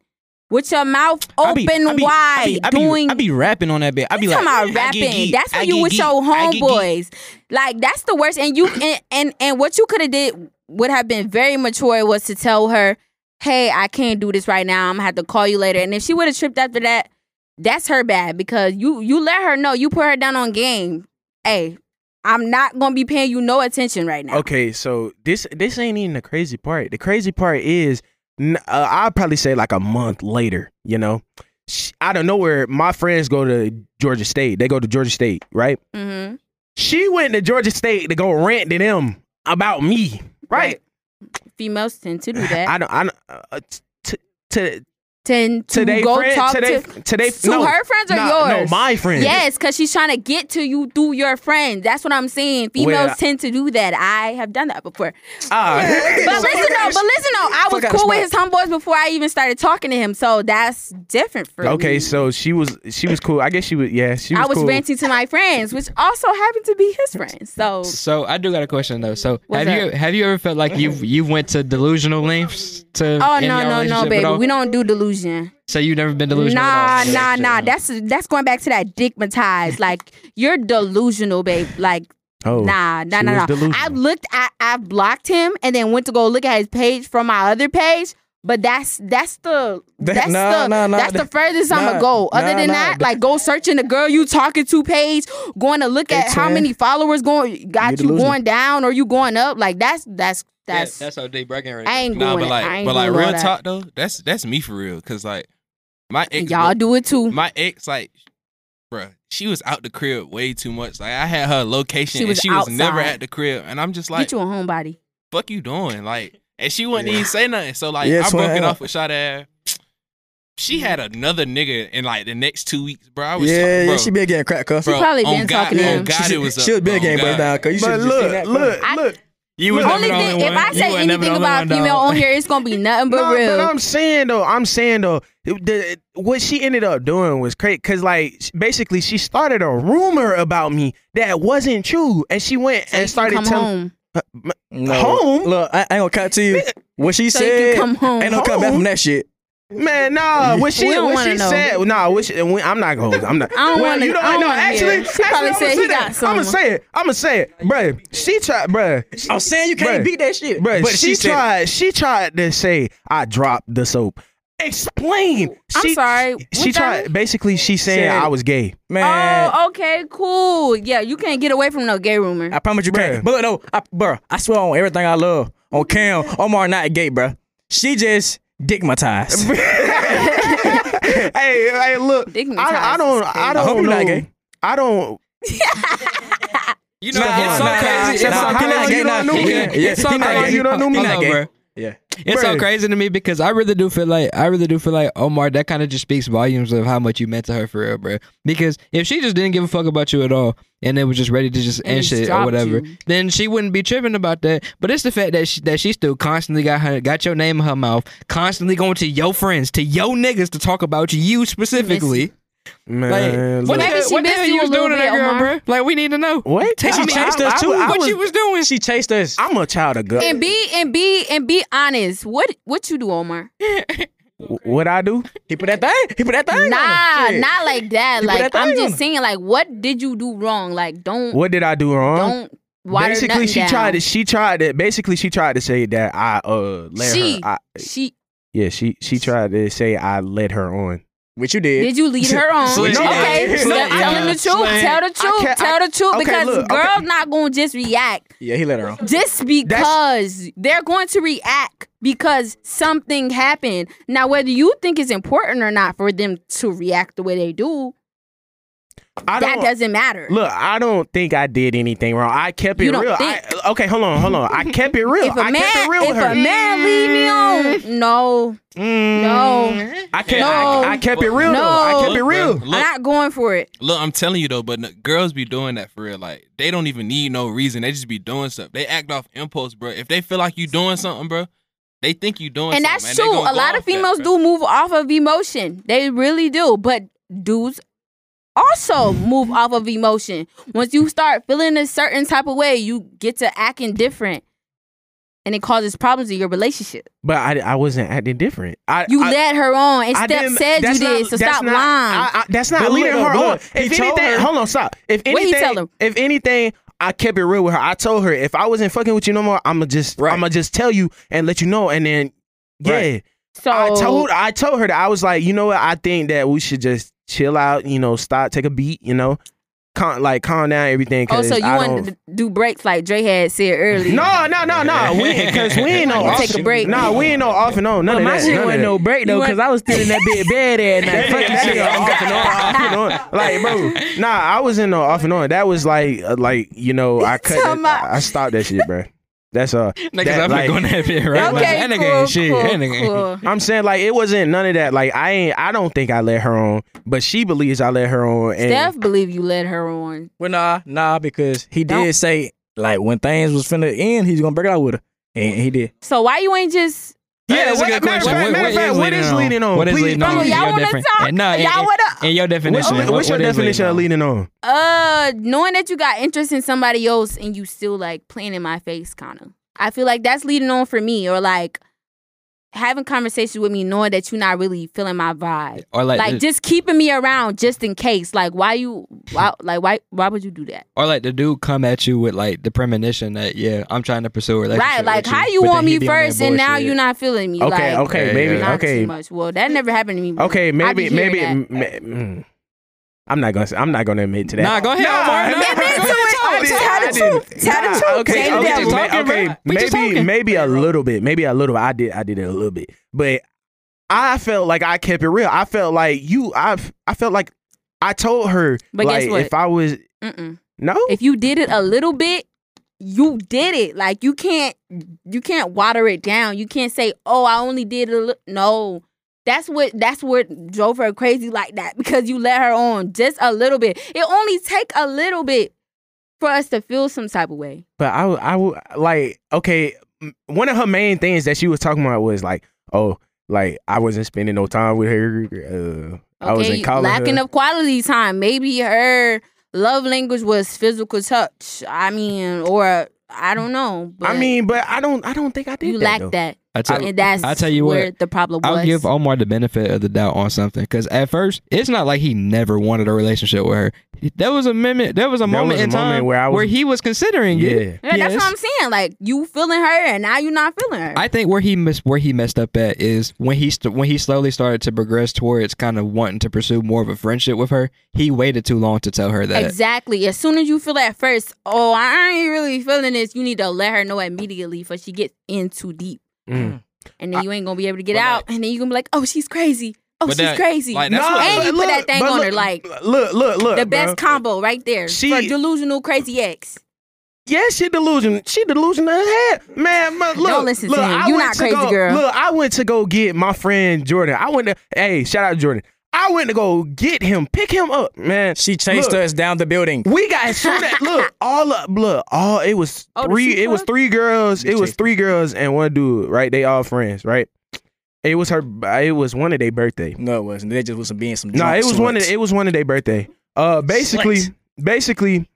S2: with your mouth
S5: I
S2: open
S5: be- I be-
S2: wide,
S5: I be, I be,
S2: doing.
S5: I be rapping on that bit. I be
S2: you
S5: like,
S2: talking about
S5: I get
S2: rapping.
S5: geek,
S2: that's
S5: I
S2: when you
S5: get
S2: with
S5: geek,
S2: your
S5: I get geek.
S2: homeboys. Like that's the worst. And you and and, and what you could have did would have been very mature was to tell her, "Hey, I can't do this right now. I'm gonna have to call you later." And if she would have tripped after that, that's her bad because you you let her know you put her down on game. Hey, I'm not gonna be paying you no attention right now.
S1: Okay, so this this ain't even the crazy part. The crazy part is n- uh, I'll probably say like a month later. You know, Sh- out of nowhere, my friends go to Georgia State. They go to Georgia State, right?
S2: Mm-hmm.
S1: She went to Georgia State to go rant to them about me, right?
S2: Females
S5: (sighs)
S2: tend to do that.
S1: I don't. I don't. Uh, t- to
S2: tend to
S1: today,
S2: go
S1: friend,
S2: talk
S1: today,
S2: to.
S1: today,
S2: to
S1: no,
S2: her friends or
S1: nah,
S2: yours?
S1: No, my friends.
S2: Yes, because she's trying to get to you through your friends. That's what I'm saying. Females
S1: Well, I-
S2: tend to do that. I have done that
S1: (laughs)
S2: before.
S1: Ah. (laughs)
S2: But listen though, but listen though, I was
S1: Fuck out of
S2: cool with his
S1: spot.
S2: homeboys before I even started talking to him. So that's different for me.
S1: Okay, so she was she was cool. I guess she was. Yeah, she was.
S2: I was
S1: cool.
S2: ranting to my friends, which also happened to be his friends.
S1: (laughs)
S2: So
S3: So I do got a question though. So
S2: What's
S3: have you have you ever felt like you you went to delusional lengths to?
S2: Oh
S3: end your
S2: no no
S3: relationship
S2: no
S3: at
S2: baby
S3: all?
S2: we don't do delusion.
S3: So you've never been delusional?
S2: nah
S3: at all?
S2: nah nah that's that's going back to that digmatized like you're delusional babe like
S1: Oh,
S2: Nah, nah,
S1: she
S2: nah,
S1: was
S2: nah.
S1: delusional.
S2: I've looked, I, I've blocked him, and then went to go look at his page from my other page. But that's that's the
S4: (laughs) That-
S2: that's
S4: nah,
S2: the
S4: nah, nah,
S2: that's the
S4: that-
S2: furthest I'm
S4: nah,
S2: gonna go. Other
S4: nah,
S2: than
S4: nah,
S2: that,
S4: that-
S2: like go searching the girl you talking to page, going to look at how
S4: twin.
S2: many followers going got
S4: You're
S2: you
S4: delusional.
S2: going down or you going up. Like that's that's that's
S3: that's how deep I can
S2: I ain't
S5: Nah,
S2: doing
S5: but
S2: it. I
S5: like,
S2: ain't
S5: but like,
S2: doing all
S5: real
S2: that.
S5: talk though, that's that's me for real. Cause like, my ex,
S2: y'all do it too.
S5: my ex, like, bruh, she was out the crib way too much. Like, I had her location,
S2: She
S5: and
S2: was
S5: she was never
S2: outside.
S5: at the crib, and I'm just like,
S2: Get you a homebody.
S5: fuck you doing? Like, and she wouldn't even say nothing. So like,
S4: Yeah,
S5: I broke
S4: twin.
S5: it off with shot ass. She
S2: Mm-hmm.
S5: had another nigga in like the next two weeks, bro. I was
S4: Yeah,
S5: talking,
S4: yeah,
S5: bro,
S4: she been getting crack cuffs.
S5: bro,
S2: She probably
S5: on
S2: been
S5: God,
S2: talking to
S5: on
S2: him.
S5: God, it was up, Oh,
S4: she was
S5: bro,
S4: been
S5: on
S4: getting
S5: God.
S4: breakdown because you
S1: But
S4: should
S1: look,
S4: that.
S1: look,
S2: I-
S1: look.
S5: You
S1: was
S2: Only
S5: never the
S2: thing,
S5: only
S2: if
S5: one.
S2: I
S5: You
S2: say
S5: were never the
S2: anything
S5: only
S2: about a
S5: one, dog.
S2: female on here, it's gonna be nothing but
S1: No,
S2: real.
S1: but I'm saying though, I'm saying though, the, what she ended up doing was crazy because like sh- basically she started a rumor about me that wasn't true, and she went
S2: So
S1: and
S2: you can
S1: started
S2: come
S1: telling
S2: home.
S4: No.
S1: Home?
S4: Look, I, I ain't gonna cut
S1: (laughs)
S4: to you. What she
S2: So you
S4: said,
S2: can come home.
S4: ain't no cut back
S1: Home?
S4: from that shit.
S1: man, nah, what she
S2: We don't
S1: what
S2: wanna
S1: she
S2: know.
S1: said, nah, what she, and we, I'm not going, I'm not.
S2: (laughs) I don't
S1: well,
S2: wanna-
S1: you
S2: I don't
S1: know,
S2: wanna hear
S1: actually,
S2: it. She
S1: actually,
S2: probably
S1: I'ma
S2: said
S1: say
S2: he
S1: that.
S2: got
S1: I'ma
S2: some.
S1: say it, I'ma say it, bruh. She tried, bruh.
S4: I'm saying you
S1: can't Bruh. beat
S4: that shit.
S1: Bruh,
S5: But
S1: she,
S5: she said-
S1: tried. She tried to say I dropped the soap. Explain.
S2: I'm
S1: she,
S2: sorry. What's
S1: She
S2: that
S1: tried.
S2: mean?
S1: Basically, she's saying
S4: Said-
S1: I was gay.
S4: Man,
S2: Oh, okay, cool. Yeah, you can't get away from no gay rumor.
S4: I promise you
S1: Bruh.
S4: can't. But look, though, I, bro, I swear on everything I love. On Cam, Omar, not gay, bro. She just digmatized.
S1: hey, hey, look.
S2: Digmatized
S1: I, I
S2: is
S1: don't.
S2: crazy.
S1: I don't
S4: I hope
S1: know.
S4: you're not gay.
S1: I don't.
S3: You know,
S4: Nah,
S3: it's so
S4: nah, nah,
S3: crazy.
S4: nah,
S3: It's so
S4: nah,
S3: crazy.
S4: nah,
S1: You
S4: nah,
S1: don't know
S4: nah,
S1: me.
S4: yeah, yeah.
S3: It's so
S4: He not
S3: crazy.
S4: gay.
S1: You don't know me.
S4: He
S3: Hold
S4: not
S3: on,
S4: gay.
S3: bro.
S4: Yeah.
S3: It's so
S1: Bruh.
S3: crazy to me because I really do feel like I really do feel like Omar. That kind of just speaks volumes of how much you meant to her for real, bro. Because if she just didn't give a fuck about you at all and then was just ready to just
S2: And
S3: end
S2: just
S3: shit or
S2: dropped
S3: whatever,
S2: you.
S3: then she wouldn't be tripping about that. But it's the fact that she, that she still constantly got her got your name in her mouth, constantly going to your friends, to your niggas to talk about you specifically.
S1: Man,
S3: Like,
S1: look.
S3: what, the
S2: Maybe
S3: hell-
S2: she
S3: what the
S2: missed
S3: hell
S2: you
S3: you
S2: a
S3: was
S2: little
S3: doing to that
S2: bit,
S3: girl,
S2: Omar.
S3: bro? Like, we need to know
S1: what?
S4: She
S1: I-
S4: chased
S1: I-
S4: us
S1: I-
S4: too.
S1: I
S3: what
S1: was-
S3: she was doing.
S4: She chased us.
S1: I'm a child of God.
S2: And be and be and be honest. What what you do, Omar?
S1: what I do?
S4: He put that thing. He put that thing.
S2: Nah,
S4: on. Shit.
S2: not like that.
S4: You put
S2: Like
S4: that
S2: I'm
S4: thing on
S2: just
S4: her.
S2: saying, like, what did you do wrong? Like, don't
S1: What did I do wrong?
S2: don't water
S1: basically,
S2: nothing
S1: she
S2: down.
S1: tried to. She tried to. Basically, she tried to say that I uh let
S2: She-
S1: her. I,
S2: She
S1: yeah, she she tried to say I led her on.
S4: What you did.
S2: did you lead her on?
S1: Slit
S2: okay,
S1: you down.
S2: tell-
S1: Slit you
S2: tell him the
S3: down.
S2: truth.
S3: Slit.
S2: Tell the
S1: I
S2: truth.
S1: can't-
S2: Tell the truth
S1: okay,
S2: because
S1: look, okay.
S2: girls not gonna just react.
S4: yeah, he let her on.
S2: just because they're going to react because something happened. Now, whether you think it's important or not for them to react the way they do,
S1: I
S2: that
S1: don't.
S2: doesn't matter.
S1: Look, I I don't think I did anything wrong. I kept
S2: You
S1: it
S2: don't
S1: real.
S2: think.
S1: I, okay, hold on, hold on. I kept it real.
S2: (laughs) if a
S1: I
S2: man,
S1: kept it real
S2: if
S1: with her. Mm.
S2: a man leave me on, no, no,
S1: I kept,
S2: No.
S1: I, I kept it real. though. I kept it
S8: Look,
S1: real.
S8: bruh,
S2: I'm
S8: Look,
S2: not going for it.
S8: look, I'm telling you though, but n- girls be doing that for real. Like they don't even need no reason. They just be doing stuff. They act off impulse, bro. If they feel like you doing something, bro, they think you doing.
S2: And
S8: something,
S2: that's
S8: they
S2: true.
S8: gonna
S2: A
S8: go
S2: lot of
S8: off that,
S2: females
S8: bruh.
S2: do move off of emotion. They really do. But dudes also move off of emotion. Once you start feeling a certain type of way, you get to acting different. And it causes problems in your relationship.
S1: But I, I wasn't acting different. I,
S2: You
S1: I,
S2: led her on, and
S1: I
S2: Steph
S1: didn't-
S2: said you
S1: that's
S2: did.
S1: not-
S2: So
S1: that's
S2: stop
S1: not-
S2: lying.
S1: I, I, that's not
S4: But
S1: leading
S4: look,
S1: her
S4: look,
S1: on.
S4: he
S1: If
S4: told
S1: anything,
S4: her-
S1: hold on, stop. If
S2: What he
S1: anything,
S2: tell her?
S1: if anything, I kept it real with her. I told her if I wasn't fucking with you no more, I'ma just,
S4: Right.
S1: I'ma just tell you and let you know, and then. Yeah,
S4: Right.
S2: so
S1: I told I told her that I was like, you know what? I think that we should just chill out. You know, stop, take a beat. You know, calm, like calm down everything.
S2: Oh,
S1: 'cause
S2: so you
S1: I
S2: want
S1: don't-
S2: to do breaks like Dre had said
S1: (laughs)
S2: earlier.
S1: No, no, no, no. We because we
S2: (laughs)
S1: ain't no
S2: You
S1: off.
S2: take a break.
S1: Nah, we ain't no off and on. None
S6: But
S1: of
S6: my
S1: that.
S6: shit
S1: none of
S6: wasn't
S1: that.
S6: no break
S2: You
S6: though,
S2: want-
S6: cause I was still in that big bed at
S4: (laughs)
S6: night. Fuck
S1: That
S6: that
S1: shit
S6: shit.
S1: off and on, off and on. Like,
S3: (laughs)
S1: bro, nah, I was in the off and on. That was like, uh, like you know, I cut,
S2: Tell
S1: that-
S2: my-
S1: I I stopped that shit, bro. That's all.
S3: Niggas,
S1: That,
S3: I'm
S1: like-
S3: like, going at it right now.
S2: Okay,
S3: That nigga
S2: cool,
S3: ain't shit.
S2: cool,
S3: That nigga ain't-
S2: cool.
S1: I'm saying like it wasn't none of that. Like I ain't, I don't think I let her on, but she believes I let her on. And
S2: Steph believe you led her on.
S4: Well, nah, nah, because he
S2: Don't-
S4: did say like when things was finna end, he's gonna break it out with her, and he did.
S2: So why you ain't just
S1: yeah,
S3: that's
S1: what,
S3: a good
S1: matter of
S3: question.
S1: fact- matter of fact, what is leading on?
S3: What is
S1: Please,
S3: leading
S2: Bro,
S3: on?
S1: please.
S2: y'all wanna
S3: defin-
S2: talk?
S3: No, in-
S2: Y'all
S3: in-
S2: wanna-
S3: in your
S1: What's,
S3: definition.
S1: your-
S3: what-
S1: what's your
S3: what is
S1: definition of leading on?
S2: Uh, knowing that you got interest in somebody else and you still like playing in my face, kind of. I feel like that's leading on for me, or like having conversations with me, knowing that you're not really feeling my vibe,
S3: Or like,
S2: like
S3: the,
S2: just keeping me around just in case. Like, why you? Why? Like, why? Why would you do that?
S3: or like the dude come at you with like the premonition that yeah, I'm trying to pursue a relationship.
S2: right? Like,
S3: with
S2: how
S3: you,
S2: you
S3: but
S2: want
S3: then he
S2: me
S3: be on that
S2: first, and now
S3: bullshit.
S2: you're not feeling me?
S1: Okay,
S2: like,
S1: okay,
S3: Yeah,
S1: maybe,
S2: not
S1: okay,
S2: too much. Well, that never happened to me. before.
S1: Okay,
S2: I
S1: maybe,
S2: be
S1: maybe.
S2: hearing
S1: m- m- mm. I'm not gonna. Say, I'm not gonna admit to that.
S3: Nah, go ahead, Omar.
S2: Nah, admit to it.
S1: I didn't-
S2: Tell the
S1: I didn't.
S2: truth. Tell the
S1: Nah,
S2: truth.
S1: Okay,
S2: Say the
S1: okay,
S2: devil.
S1: ma-
S3: Talking,
S1: okay,
S3: bro. We just
S1: Maybe,
S3: talking.
S1: maybe a little bit. Maybe a little. I did. I did it a little bit, but I felt like I kept it real. I felt like you. I. I felt like I told her.
S2: But guess
S1: like,
S2: what?
S1: If I was
S2: Mm-mm.
S1: no.
S2: if you did it a little bit you did it like you can't you can't water it down you can't say oh i only did it a little no that's what that's what drove her crazy like that (laughs) because you let her on just a little bit it only take a little bit for us to feel some type of way
S1: But I, w- I w- like, okay, m- one of her main things that she was talking about was like, oh, like I wasn't spending no time with her. Uh, I wasn't
S2: you-
S1: calling
S2: lacking
S1: her.
S2: of quality time maybe her love language was physical touch i mean or i don't know but
S1: I mean, but I don't, I don't think I did
S2: you
S1: that.
S2: lack
S1: though.
S2: that
S3: I tell,
S2: and that's
S3: I tell you what,
S2: where the problem was.
S3: I'll give Omar the benefit of the doubt on something because at first it's not like he never wanted a relationship with her. There was a moment, there was a
S1: There
S3: moment
S1: was a
S3: in time
S1: moment where
S3: where,
S1: I was-
S3: he was considering it.
S1: Yeah.
S2: yeah, that's
S3: Yes.
S2: what I'm saying. Like you feeling her, and now you're not feeling her.
S3: I think where he mis- where he messed up at is when he st- when he slowly started to progress towards kind of wanting to pursue more of a friendship with her. He waited too long to tell her that.
S2: Exactly. As soon as you feel at first, oh, I ain't really feeling this, you need to let her know immediately before she gets in too deep.
S1: Mm.
S2: And then you ain't gonna be able to get
S8: But
S2: out. and then you're gonna be like, oh, she's crazy. Oh,
S8: But
S2: she's
S8: that-
S2: crazy.
S8: like, that's
S1: Nah,
S8: what-
S2: and you
S1: but
S2: put that thing
S1: but
S2: on
S1: look-
S2: her like
S1: look, look, look.
S2: the
S1: bro.
S2: best combo right there.
S1: She-
S2: for delusional crazy ex.
S1: Yeah, she delusion. She delusion in her head. Man, man look.
S2: Don't listen to
S1: look,
S2: him.
S1: I
S2: You
S1: went
S2: not
S1: to
S2: crazy,
S1: go-
S2: girl.
S1: Look, I went to go get my friend Jordan. I went to hey, shout out Jordan. I went to go get him, pick him up, man.
S4: She chased
S1: Look.
S4: us down the building.
S1: We
S2: (laughs)
S1: got so that look, all up look, all it was
S2: Oh, the
S1: three
S2: shoe
S1: it was
S2: plug?
S1: three girls, it was three girls and one dude, right? They all friends, right? It was her it was one of their birthday.
S4: No, it wasn't. They just was being some.
S1: No,
S4: drunk
S1: it was one. Of,
S4: sluts.
S1: it was one of their birthday. Uh, basically, basically,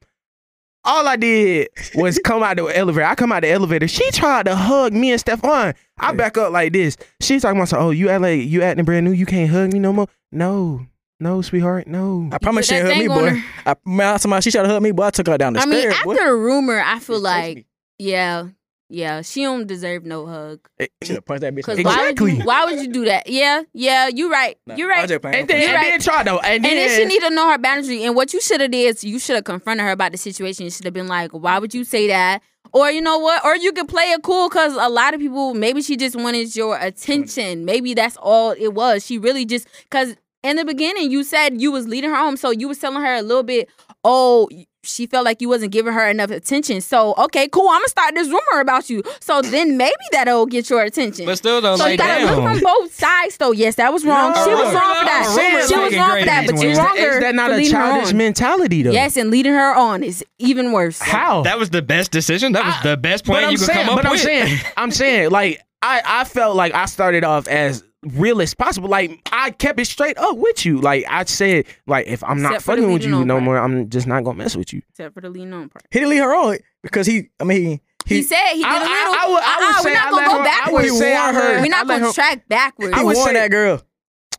S1: all I did was come out the elevator. I come out the elevator. She tried to hug me and Stefan. I back up like this. She's talking about, some, "Oh, you act like you acting brand new. You can't hug me no more." No, no, sweetheart, no.
S4: I promise she
S2: Put that
S4: ain't hurt me,
S2: thing on
S4: boy. I, man, somebody she tried to hug me, boy. I took her down the
S2: I mean,
S4: stairs.
S2: after
S4: boy.
S2: the rumor, I feel
S4: She chased
S2: like,
S4: me.
S2: yeah, yeah, she don't deserve no hug.
S4: Should have punched that bitch.
S2: Cause
S4: in the-
S2: why would
S1: Exactly.
S2: you, why would you do that? Yeah, yeah, you right.
S4: Nah,
S2: you
S4: I was
S2: right.
S4: just playing.
S1: and then,
S2: You're
S1: and
S2: right.
S1: then tried though, and,
S2: And
S1: then,
S2: then she need to know her boundary. And what you should have did is you should have confronted her about the situation. You should have been like, "Why would you say that?" Or you know what? Or you could play it cool because a lot of people maybe she just wanted your attention. Maybe that's all it was. She really just because in the beginning you said you was leading her home, so you was telling her a little bit. Oh, she felt like you wasn't giving her enough attention. So okay, cool. I'm gonna start this rumor about you. So then maybe that'll get your attention.
S8: But still though,
S2: So
S8: like
S2: you gotta
S8: damn.
S2: look from both sides, though. Yes, that was wrong.
S1: Oh, No.
S2: she was wrong
S1: I'm
S2: for
S1: a rumor
S2: that. She was
S1: making
S2: wrong for
S8: great
S2: that, but
S8: anyway.
S2: you
S1: is,
S2: wrong
S1: that,
S2: her.
S1: is that not
S2: for
S1: a
S2: leading her
S1: childish
S2: on.
S1: mentality though?
S2: Yes, and leading her on is even worse.
S1: How?
S3: That was the best decision. That was the best
S1: But
S3: plan
S1: I'm
S3: you could
S1: saying,
S3: come up
S1: but I'm
S3: with. (laughs)
S1: saying, I'm saying, like I, I felt like I started off as real as possible. Like I kept it straight up with you. Like I said, like if I'm not
S2: Except for the
S1: fucking with
S2: leading
S1: you
S2: on
S1: no
S2: part.
S1: more, I'm just not gonna mess with you.
S2: Except for the lean on part.
S4: He didn't leave her on because he. I mean, he.
S2: He, said he did
S1: I-
S2: a
S1: I-
S2: little.
S1: I would- I would
S2: uh-uh,
S1: say
S2: we're
S1: I
S2: not
S1: let
S2: gonna go
S1: her- I would
S2: backwards.
S1: say I let her-
S2: We're
S1: I
S2: not
S1: let
S2: gonna
S1: her-
S2: track backwards.
S4: I
S1: would
S4: warned
S1: say-
S4: that girl.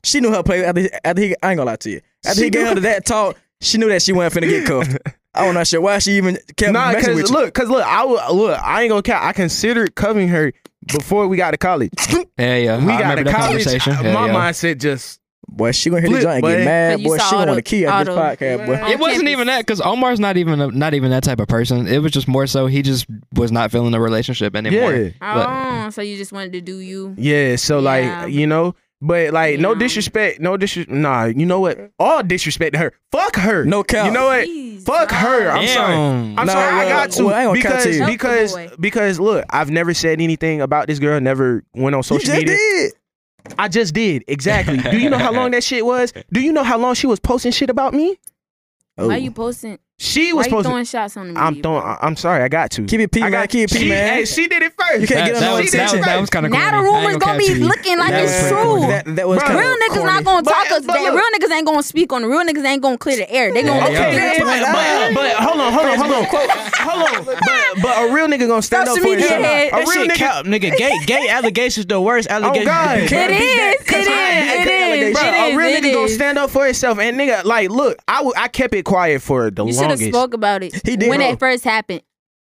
S4: She knew her place. After, after he, I ain't gonna lie to you. After
S1: She
S4: he gave
S1: knew-
S4: her that talk, she knew that she wasn't finna
S1: (laughs)
S4: get cuffed. I don't know sure why she even kept
S1: Nah,
S4: messing
S1: cause
S4: with you.
S1: look, cause look, I would, look, I ain't gonna count. I considered covering her before we got to college.
S3: Yeah, yeah.
S1: We
S3: I
S1: got to
S3: remember that
S1: college.
S3: conversation.
S1: I-
S3: Yeah,
S1: my
S3: yeah.
S1: mindset just
S4: boy, she gonna hit the
S1: Flip,
S4: joint and
S1: boy.
S4: get mad.
S2: Cause you
S4: Boy,
S2: saw
S4: she
S2: all
S4: gonna
S2: the-
S4: key out this
S2: all the-
S4: podcast, boy.
S2: on
S3: It wasn't
S2: campus.
S3: even that because Omar's not even a, not even that type of person. It was just more so he just was not feeling the relationship anymore.
S1: yeah,
S2: Oh, so you just wanted to do you?
S1: yeah. So
S2: Yeah.
S1: like, you know, but like, no
S2: Yeah.
S1: disrespect, no disrespect. Nah, you know what? All disrespect to her. Fuck her.
S4: No cap.
S1: You know what?
S2: Jeez,
S1: Fuck her.
S2: God.
S1: I'm sorry.
S3: Damn.
S1: I'm
S4: No,
S1: sorry, I
S4: well,
S1: got to
S4: well, I ain't gonna count
S1: because
S4: to you.
S1: because
S2: Help the boy.
S1: because look, I've never said anything about this girl. Never went on
S4: You
S1: social
S4: just
S1: media.
S4: did.
S1: I just did exactly. Do you know how long that shit
S4: (laughs)
S1: was? Do you know how long she was posting shit about me?
S4: Oh.
S2: Why you posting?
S1: She
S2: Why
S1: was
S2: you
S1: posting.
S2: throwing shots on me?
S1: I'm throwing. I- I'm sorry, I got to.
S4: Keep it P,
S1: I
S4: man.
S1: got
S4: Keep it
S1: she,
S4: P, man.
S1: Hey, she did it first.
S4: You can't
S3: That,
S4: get
S3: that,
S4: on no
S3: was,
S1: attention.
S3: that, was, that was kind of
S2: Now the rumor's gonna be looking like
S3: That
S2: it's
S3: was pretty
S2: true.
S3: corny.
S4: That, that was
S1: Bruh.
S4: kind
S2: Real niggas not gonna
S1: But-
S2: talk us.
S1: but
S2: That
S1: look-
S2: real niggas ain't gonna speak on. it. Real niggas ain't gonna clear the air. They gonna
S3: Yeah,
S2: look
S3: yeah.
S2: at
S1: Okay,
S2: it.
S1: but,
S2: ah.
S1: but, but hold on, hold on, hold on, hold on. But, but a real nigga gonna stand up
S2: Social
S1: for
S2: media
S1: himself.
S2: head.
S1: A
S5: That
S1: real
S5: shit
S1: nigga. Oh,
S5: cap, nigga. Gay,
S1: (laughs)
S5: gay allegations the worst allegations.
S1: God.
S5: You can't
S2: Oh,
S1: Bruh,
S2: It
S5: beat that.
S2: is. It is.
S1: I-
S2: It is.
S1: Bro,
S2: It
S1: a real
S2: is.
S1: nigga gonna
S2: It is.
S1: stand up for himself. And nigga, like, look, I w- I kept it quiet for the
S2: You should have
S1: longest.
S2: spoke about it
S1: He did,
S2: when
S1: bro.
S2: it first happened.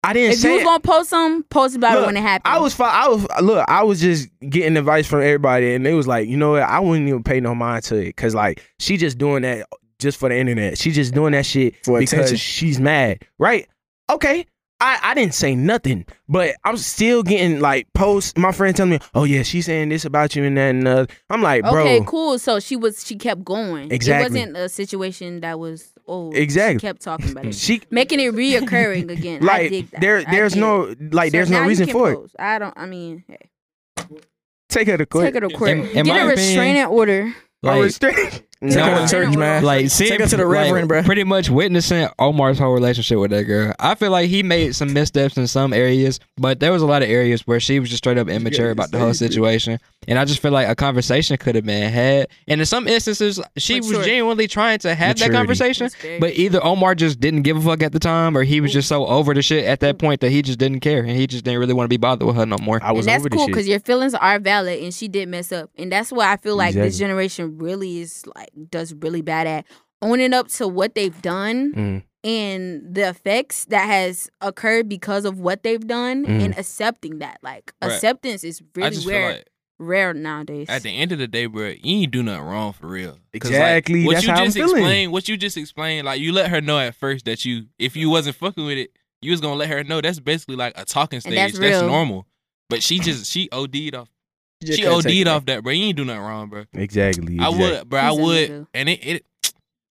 S1: I didn't
S2: If
S1: say
S2: you was
S1: it.
S2: gonna post something, post about
S1: Look,
S2: it when it happened.
S1: I was fi- I was look, I was just getting advice from everybody and they was like, you know what, I wouldn't even pay no mind to it. Cause like she just doing that just for the internet. She just doing that shit
S4: For
S1: because
S4: attention.
S1: she's mad. Right? Okay. I, I didn't say nothing, but I'm still getting like posts. My friend telling me, "Oh yeah, she's saying this about you and that and uh, I'm like, "Bro,
S2: okay, cool. So she was. She kept going.
S1: Exactly.
S2: It wasn't a situation that was old.
S1: Exactly.
S2: She kept talking
S1: (laughs)
S2: about it,
S1: she
S2: making it reoccurring again. I
S1: like
S2: dig that.
S1: there
S2: I
S1: there's
S2: dig it.
S1: no like
S2: So
S1: there's no
S2: now you
S1: reason
S2: can
S1: for it.
S2: post. I don't. I mean, hey,
S1: Take her to court.
S2: take her to court.
S3: In- in
S2: Get
S3: my
S2: a
S3: opinion-
S2: restraining order.
S1: Or
S3: Like,
S1: restrain-
S4: Take
S3: Nah.
S1: (laughs)
S4: her to church, man.
S3: Like, see,
S4: Take her to the reverend,
S3: like,
S4: bruh.
S3: Pretty much witnessing Omar's whole relationship with that girl. I feel like he made some missteps in some areas, but there was a lot of areas where she was just straight up immature about the whole situation. And I just feel like a conversation could have been had. And in some instances, she was
S2: Maturity.
S3: genuinely trying to have that
S1: Maturity.
S3: conversation.
S2: That's very-
S3: But either Omar just didn't give a fuck at the time, or he was just so over the shit at that point that he just didn't care, and he just didn't really want to be bothered with her no more.
S1: I was
S2: and that's
S1: over the
S2: cool because
S1: shit.
S2: your feelings are valid, and she did mess up, and that's why I feel like this
S1: Exactly.
S2: generation really is like does really bad at owning up to what they've done
S1: Mm.
S2: and the effects that has occurred because of what they've done,
S1: Mm.
S2: and accepting that. Like
S8: Right.
S2: acceptance is
S8: I
S2: (laughs) really
S8: just
S2: rare,
S8: feel like
S2: rare nowadays. (laughs)
S8: at the end of the day, bro, you ain't do nothing wrong for real. 'Cause,
S1: Exactly,
S8: Like, what
S1: that's
S8: you
S1: how I'm
S8: just
S1: feeling.
S8: explained, what you just explained, like you let her know at first that you, if you wasn't fucking with it, you was gonna let her know. That's basically like a talking
S2: And
S8: stage.
S2: that's
S8: That's,
S2: real.
S8: normal. But she just she OD'd off.
S4: Just
S8: She
S4: couldn't take
S8: OD'd
S4: it.
S8: off that, bro. You ain't do nothing wrong, bro.
S1: Exactly.
S8: I
S1: exactly.
S8: would, bro. I
S2: He's a
S8: would.
S2: nigga.
S8: And it, it,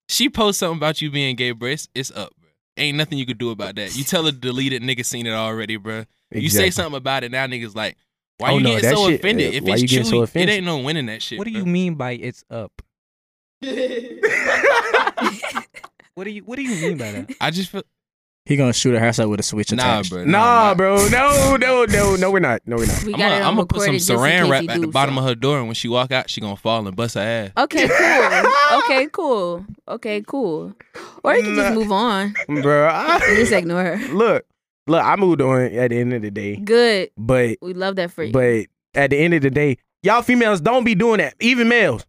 S8: she posts something about you being gay, bro. It's, it's up, bro. Ain't nothing you could do about that. You tell her to delete it, nigga. Seen it already, bro. You say
S1: Exactly.
S8: something about it now, niggas like, why
S1: Oh,
S8: you
S1: no,
S8: getting
S1: that
S8: so
S1: shit,
S8: offended?
S1: uh,
S8: if
S1: why
S8: it's
S1: you getting
S8: chewy,
S1: so
S8: it
S1: offended?
S8: ain't no winning that shit.
S5: What do
S8: bro.
S5: you mean by it's up? What do you What do you mean by
S2: (laughs)
S5: that?
S8: I just feel
S4: He gonna shoot her house up with a switch
S8: nah,
S4: attached.
S8: bro.
S1: Nah,
S8: I'm not.
S1: bro. No, no, no, no. We're not. No, we're not.
S2: we
S8: I'm
S2: got
S8: gonna,
S2: it
S8: I'm gonna
S2: on
S8: put some
S2: recorded just in
S8: saran
S2: case
S8: wrap
S2: you
S8: at the
S2: do,
S8: bottom
S2: so.
S8: of her door, and when she walk out, she gonna fall and bust her ass. (laughs)
S2: Okay, cool. okay, cool. Okay, cool. Or you can just
S1: Nah.
S8: (laughs)
S2: move on. (laughs)
S1: bro. I-
S2: Just ignore her.
S1: look, look. I moved on at the end of the day,
S2: Good.
S1: but
S2: We love that for you.
S1: but at the end of the day, y'all females don't be doing that. Even males.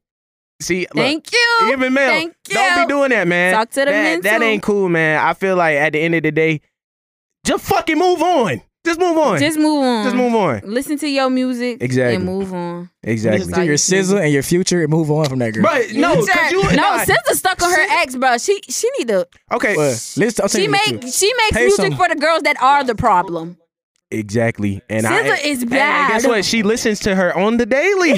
S1: See, look,
S2: Thank you.
S1: even males
S2: Thank you.
S1: don't be doing that, man.
S2: Talk to the
S1: that,
S2: men
S1: that
S2: too.
S1: ain't cool, man. I feel like at the end of the day, just fucking move on. Just move on.
S2: Just move on.
S1: Just move on.
S2: Listen to your music.
S1: Exactly.
S2: And move on.
S1: Exactly.
S2: Just
S4: To your sizzle and your future, and move on from that girl.
S1: But no,
S2: You
S1: could
S2: said-
S1: you
S2: no,
S1: nah,
S2: SZA stuck on her ex, bro. She she need to.
S1: okay.
S4: But listen, I'm
S2: She
S4: telling you the
S2: make
S4: truth.
S2: she makes
S4: Pay
S2: music
S4: some-
S2: for the girls that are the problem.
S1: Exactly. And I
S2: SZA is
S1: And
S2: bad.
S1: guess what? She listens to her on the
S5: (laughs)
S1: daily.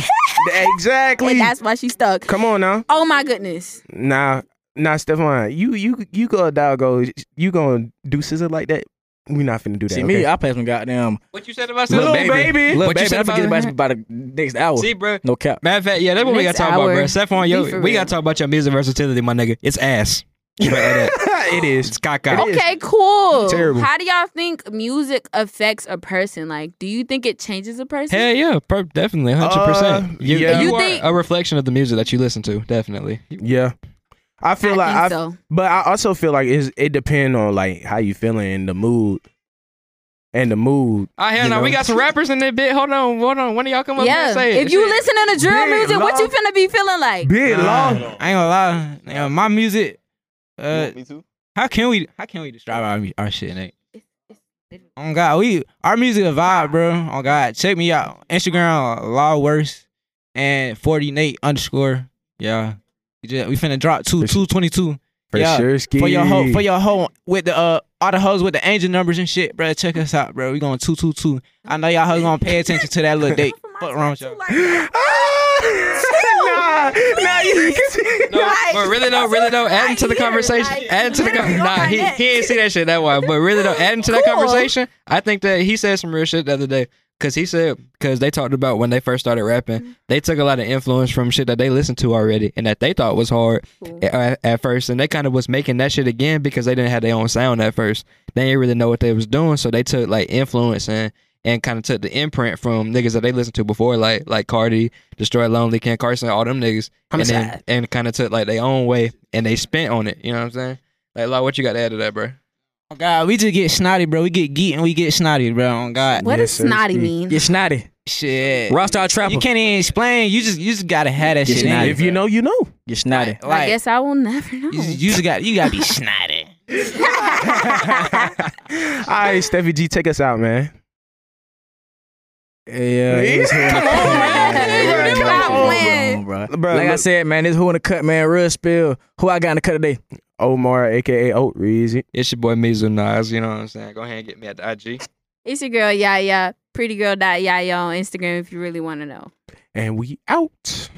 S1: exactly.
S2: And that's why she stuck.
S1: Come on now.
S2: Oh my goodness.
S1: Nah, nah, Stefan. You you you go doggo. You gonna do scissor like that? We not finna do that.
S4: See
S1: okay?
S4: me, I play some goddamn
S3: What you said about
S1: little
S3: Baby?
S1: baby.
S4: little
S3: What you
S4: baby.
S3: said
S4: I forget about,
S3: about her?
S4: about the next hour.
S3: See, bro.
S4: no cap.
S3: Matter of fact, yeah, that's what we got
S2: Next
S3: to talk about,
S2: hour.
S3: bro. Stephon,
S2: Be
S3: yo,
S2: for
S3: we
S2: real.
S3: got to talk about your music versatility, my nigga.
S1: (laughs)
S3: It's ass. You better add that.
S1: it is.
S3: It's caca.
S1: It is.
S2: Okay, cool.
S1: Terrible.
S2: How do y'all think music affects a person? Like, do you think it changes a person?
S3: Hell yeah, per- definitely, hundred
S1: Uh,
S3: percent. You,
S1: yeah.
S3: you,
S2: You
S3: are
S2: think-
S3: a reflection of the music that you listen to, definitely.
S1: Yeah. I feel like
S2: I
S1: I,
S2: think so.
S1: but I also feel like it's, it depends on like how you feeling and the mood, and the mood.
S3: I
S1: You
S3: Ah, hell no,
S1: know?
S3: we got some rappers in that bit. Hold on, hold on. When do y'all come up here
S2: Yeah.
S3: and say it?
S2: If you
S3: Shit.
S2: listening to drill
S1: Big
S2: music, what you
S1: love.
S2: finna be feeling like?
S1: Big
S5: Nah,
S1: long.
S5: I ain't gonna lie. Nah, my music. Uh,
S9: me too?
S5: how can we? How can we describe our, mu- our shit, Nate? On God, we our music a vibe, bro. On God, check me out. Instagram, law worse, and forty Nate underscore. Yeah, we, just, we finna drop two
S1: For
S5: two twenty two
S1: For
S5: Yeah,
S1: sure, ski.
S5: for your
S1: (laughs)
S5: hoe for your hoe with the uh all the hoes with the angel numbers and shit, bro. Check us out, bro. We going two two two. I know y'all hoes gonna pay attention to that little date. Fuck wrong with y'all.
S1: Ah,
S2: (laughs)
S1: nah, nah,
S3: (laughs)
S1: you
S3: No, but really though, really though, adding to the
S2: Right here,
S3: conversation,
S2: like,
S3: adding to the
S2: literally
S3: con-
S2: on
S3: nah,
S2: my
S3: he,
S2: neck.
S3: he ain't see that shit that wide. But really though, adding to that
S2: Cool.
S3: conversation, I think that he said some real shit the other day because he said because they talked about when they first started
S2: Mm-hmm.
S3: rapping, they took a lot of influence from shit that they listened to already and that they thought was hard
S2: Cool.
S3: at, at first, and they kind of was making that shit again because they didn't have their own sound at first. They didn't really know what they was doing, so they took like influence and and kind of took the imprint from niggas that they listened to before, like like Cardi, Destroy Lonely, Ken Carson, all them niggas,
S6: I'm
S3: and then, and kind of took like their own way and they spent on it. You know what I'm saying? Like, like what you got to add to that, bro?
S5: (laughs) Oh God, we just get snotty, bro. We get geek and we get snotty, bro. On God,
S2: What
S1: Yes,
S2: does
S1: sir,
S2: snotty
S1: ski.
S2: mean?
S4: Get snotty.
S5: shit.
S4: Rockstar trapper.
S5: You can't even explain. You just you just gotta have that
S4: Get
S5: shit. in
S4: snotty.
S1: If you know, you know.
S4: Get snotty.
S5: Like,
S2: I guess I will never know.
S5: you, you just got you gotta be snotty.
S1: All right, Steffi G, take us out, man.
S4: Yeah, it's who in the (laughs)
S1: Come on,
S4: cut,
S2: man. You
S4: Come
S2: knew I
S4: on,
S2: planned.
S4: bro.
S1: Bro,
S4: Like I
S1: look-
S4: said, man, this who in the cut, man. Real spill. Who I got in the cut today?
S1: Omar, aka Oat Reezy.
S3: It's your boy Mizu Nas. You know what I'm saying? Go ahead and get me at the IG.
S2: (laughs) It's your girl Yaya, pretty girl Yaya on Instagram if you really want to know.
S1: and we out.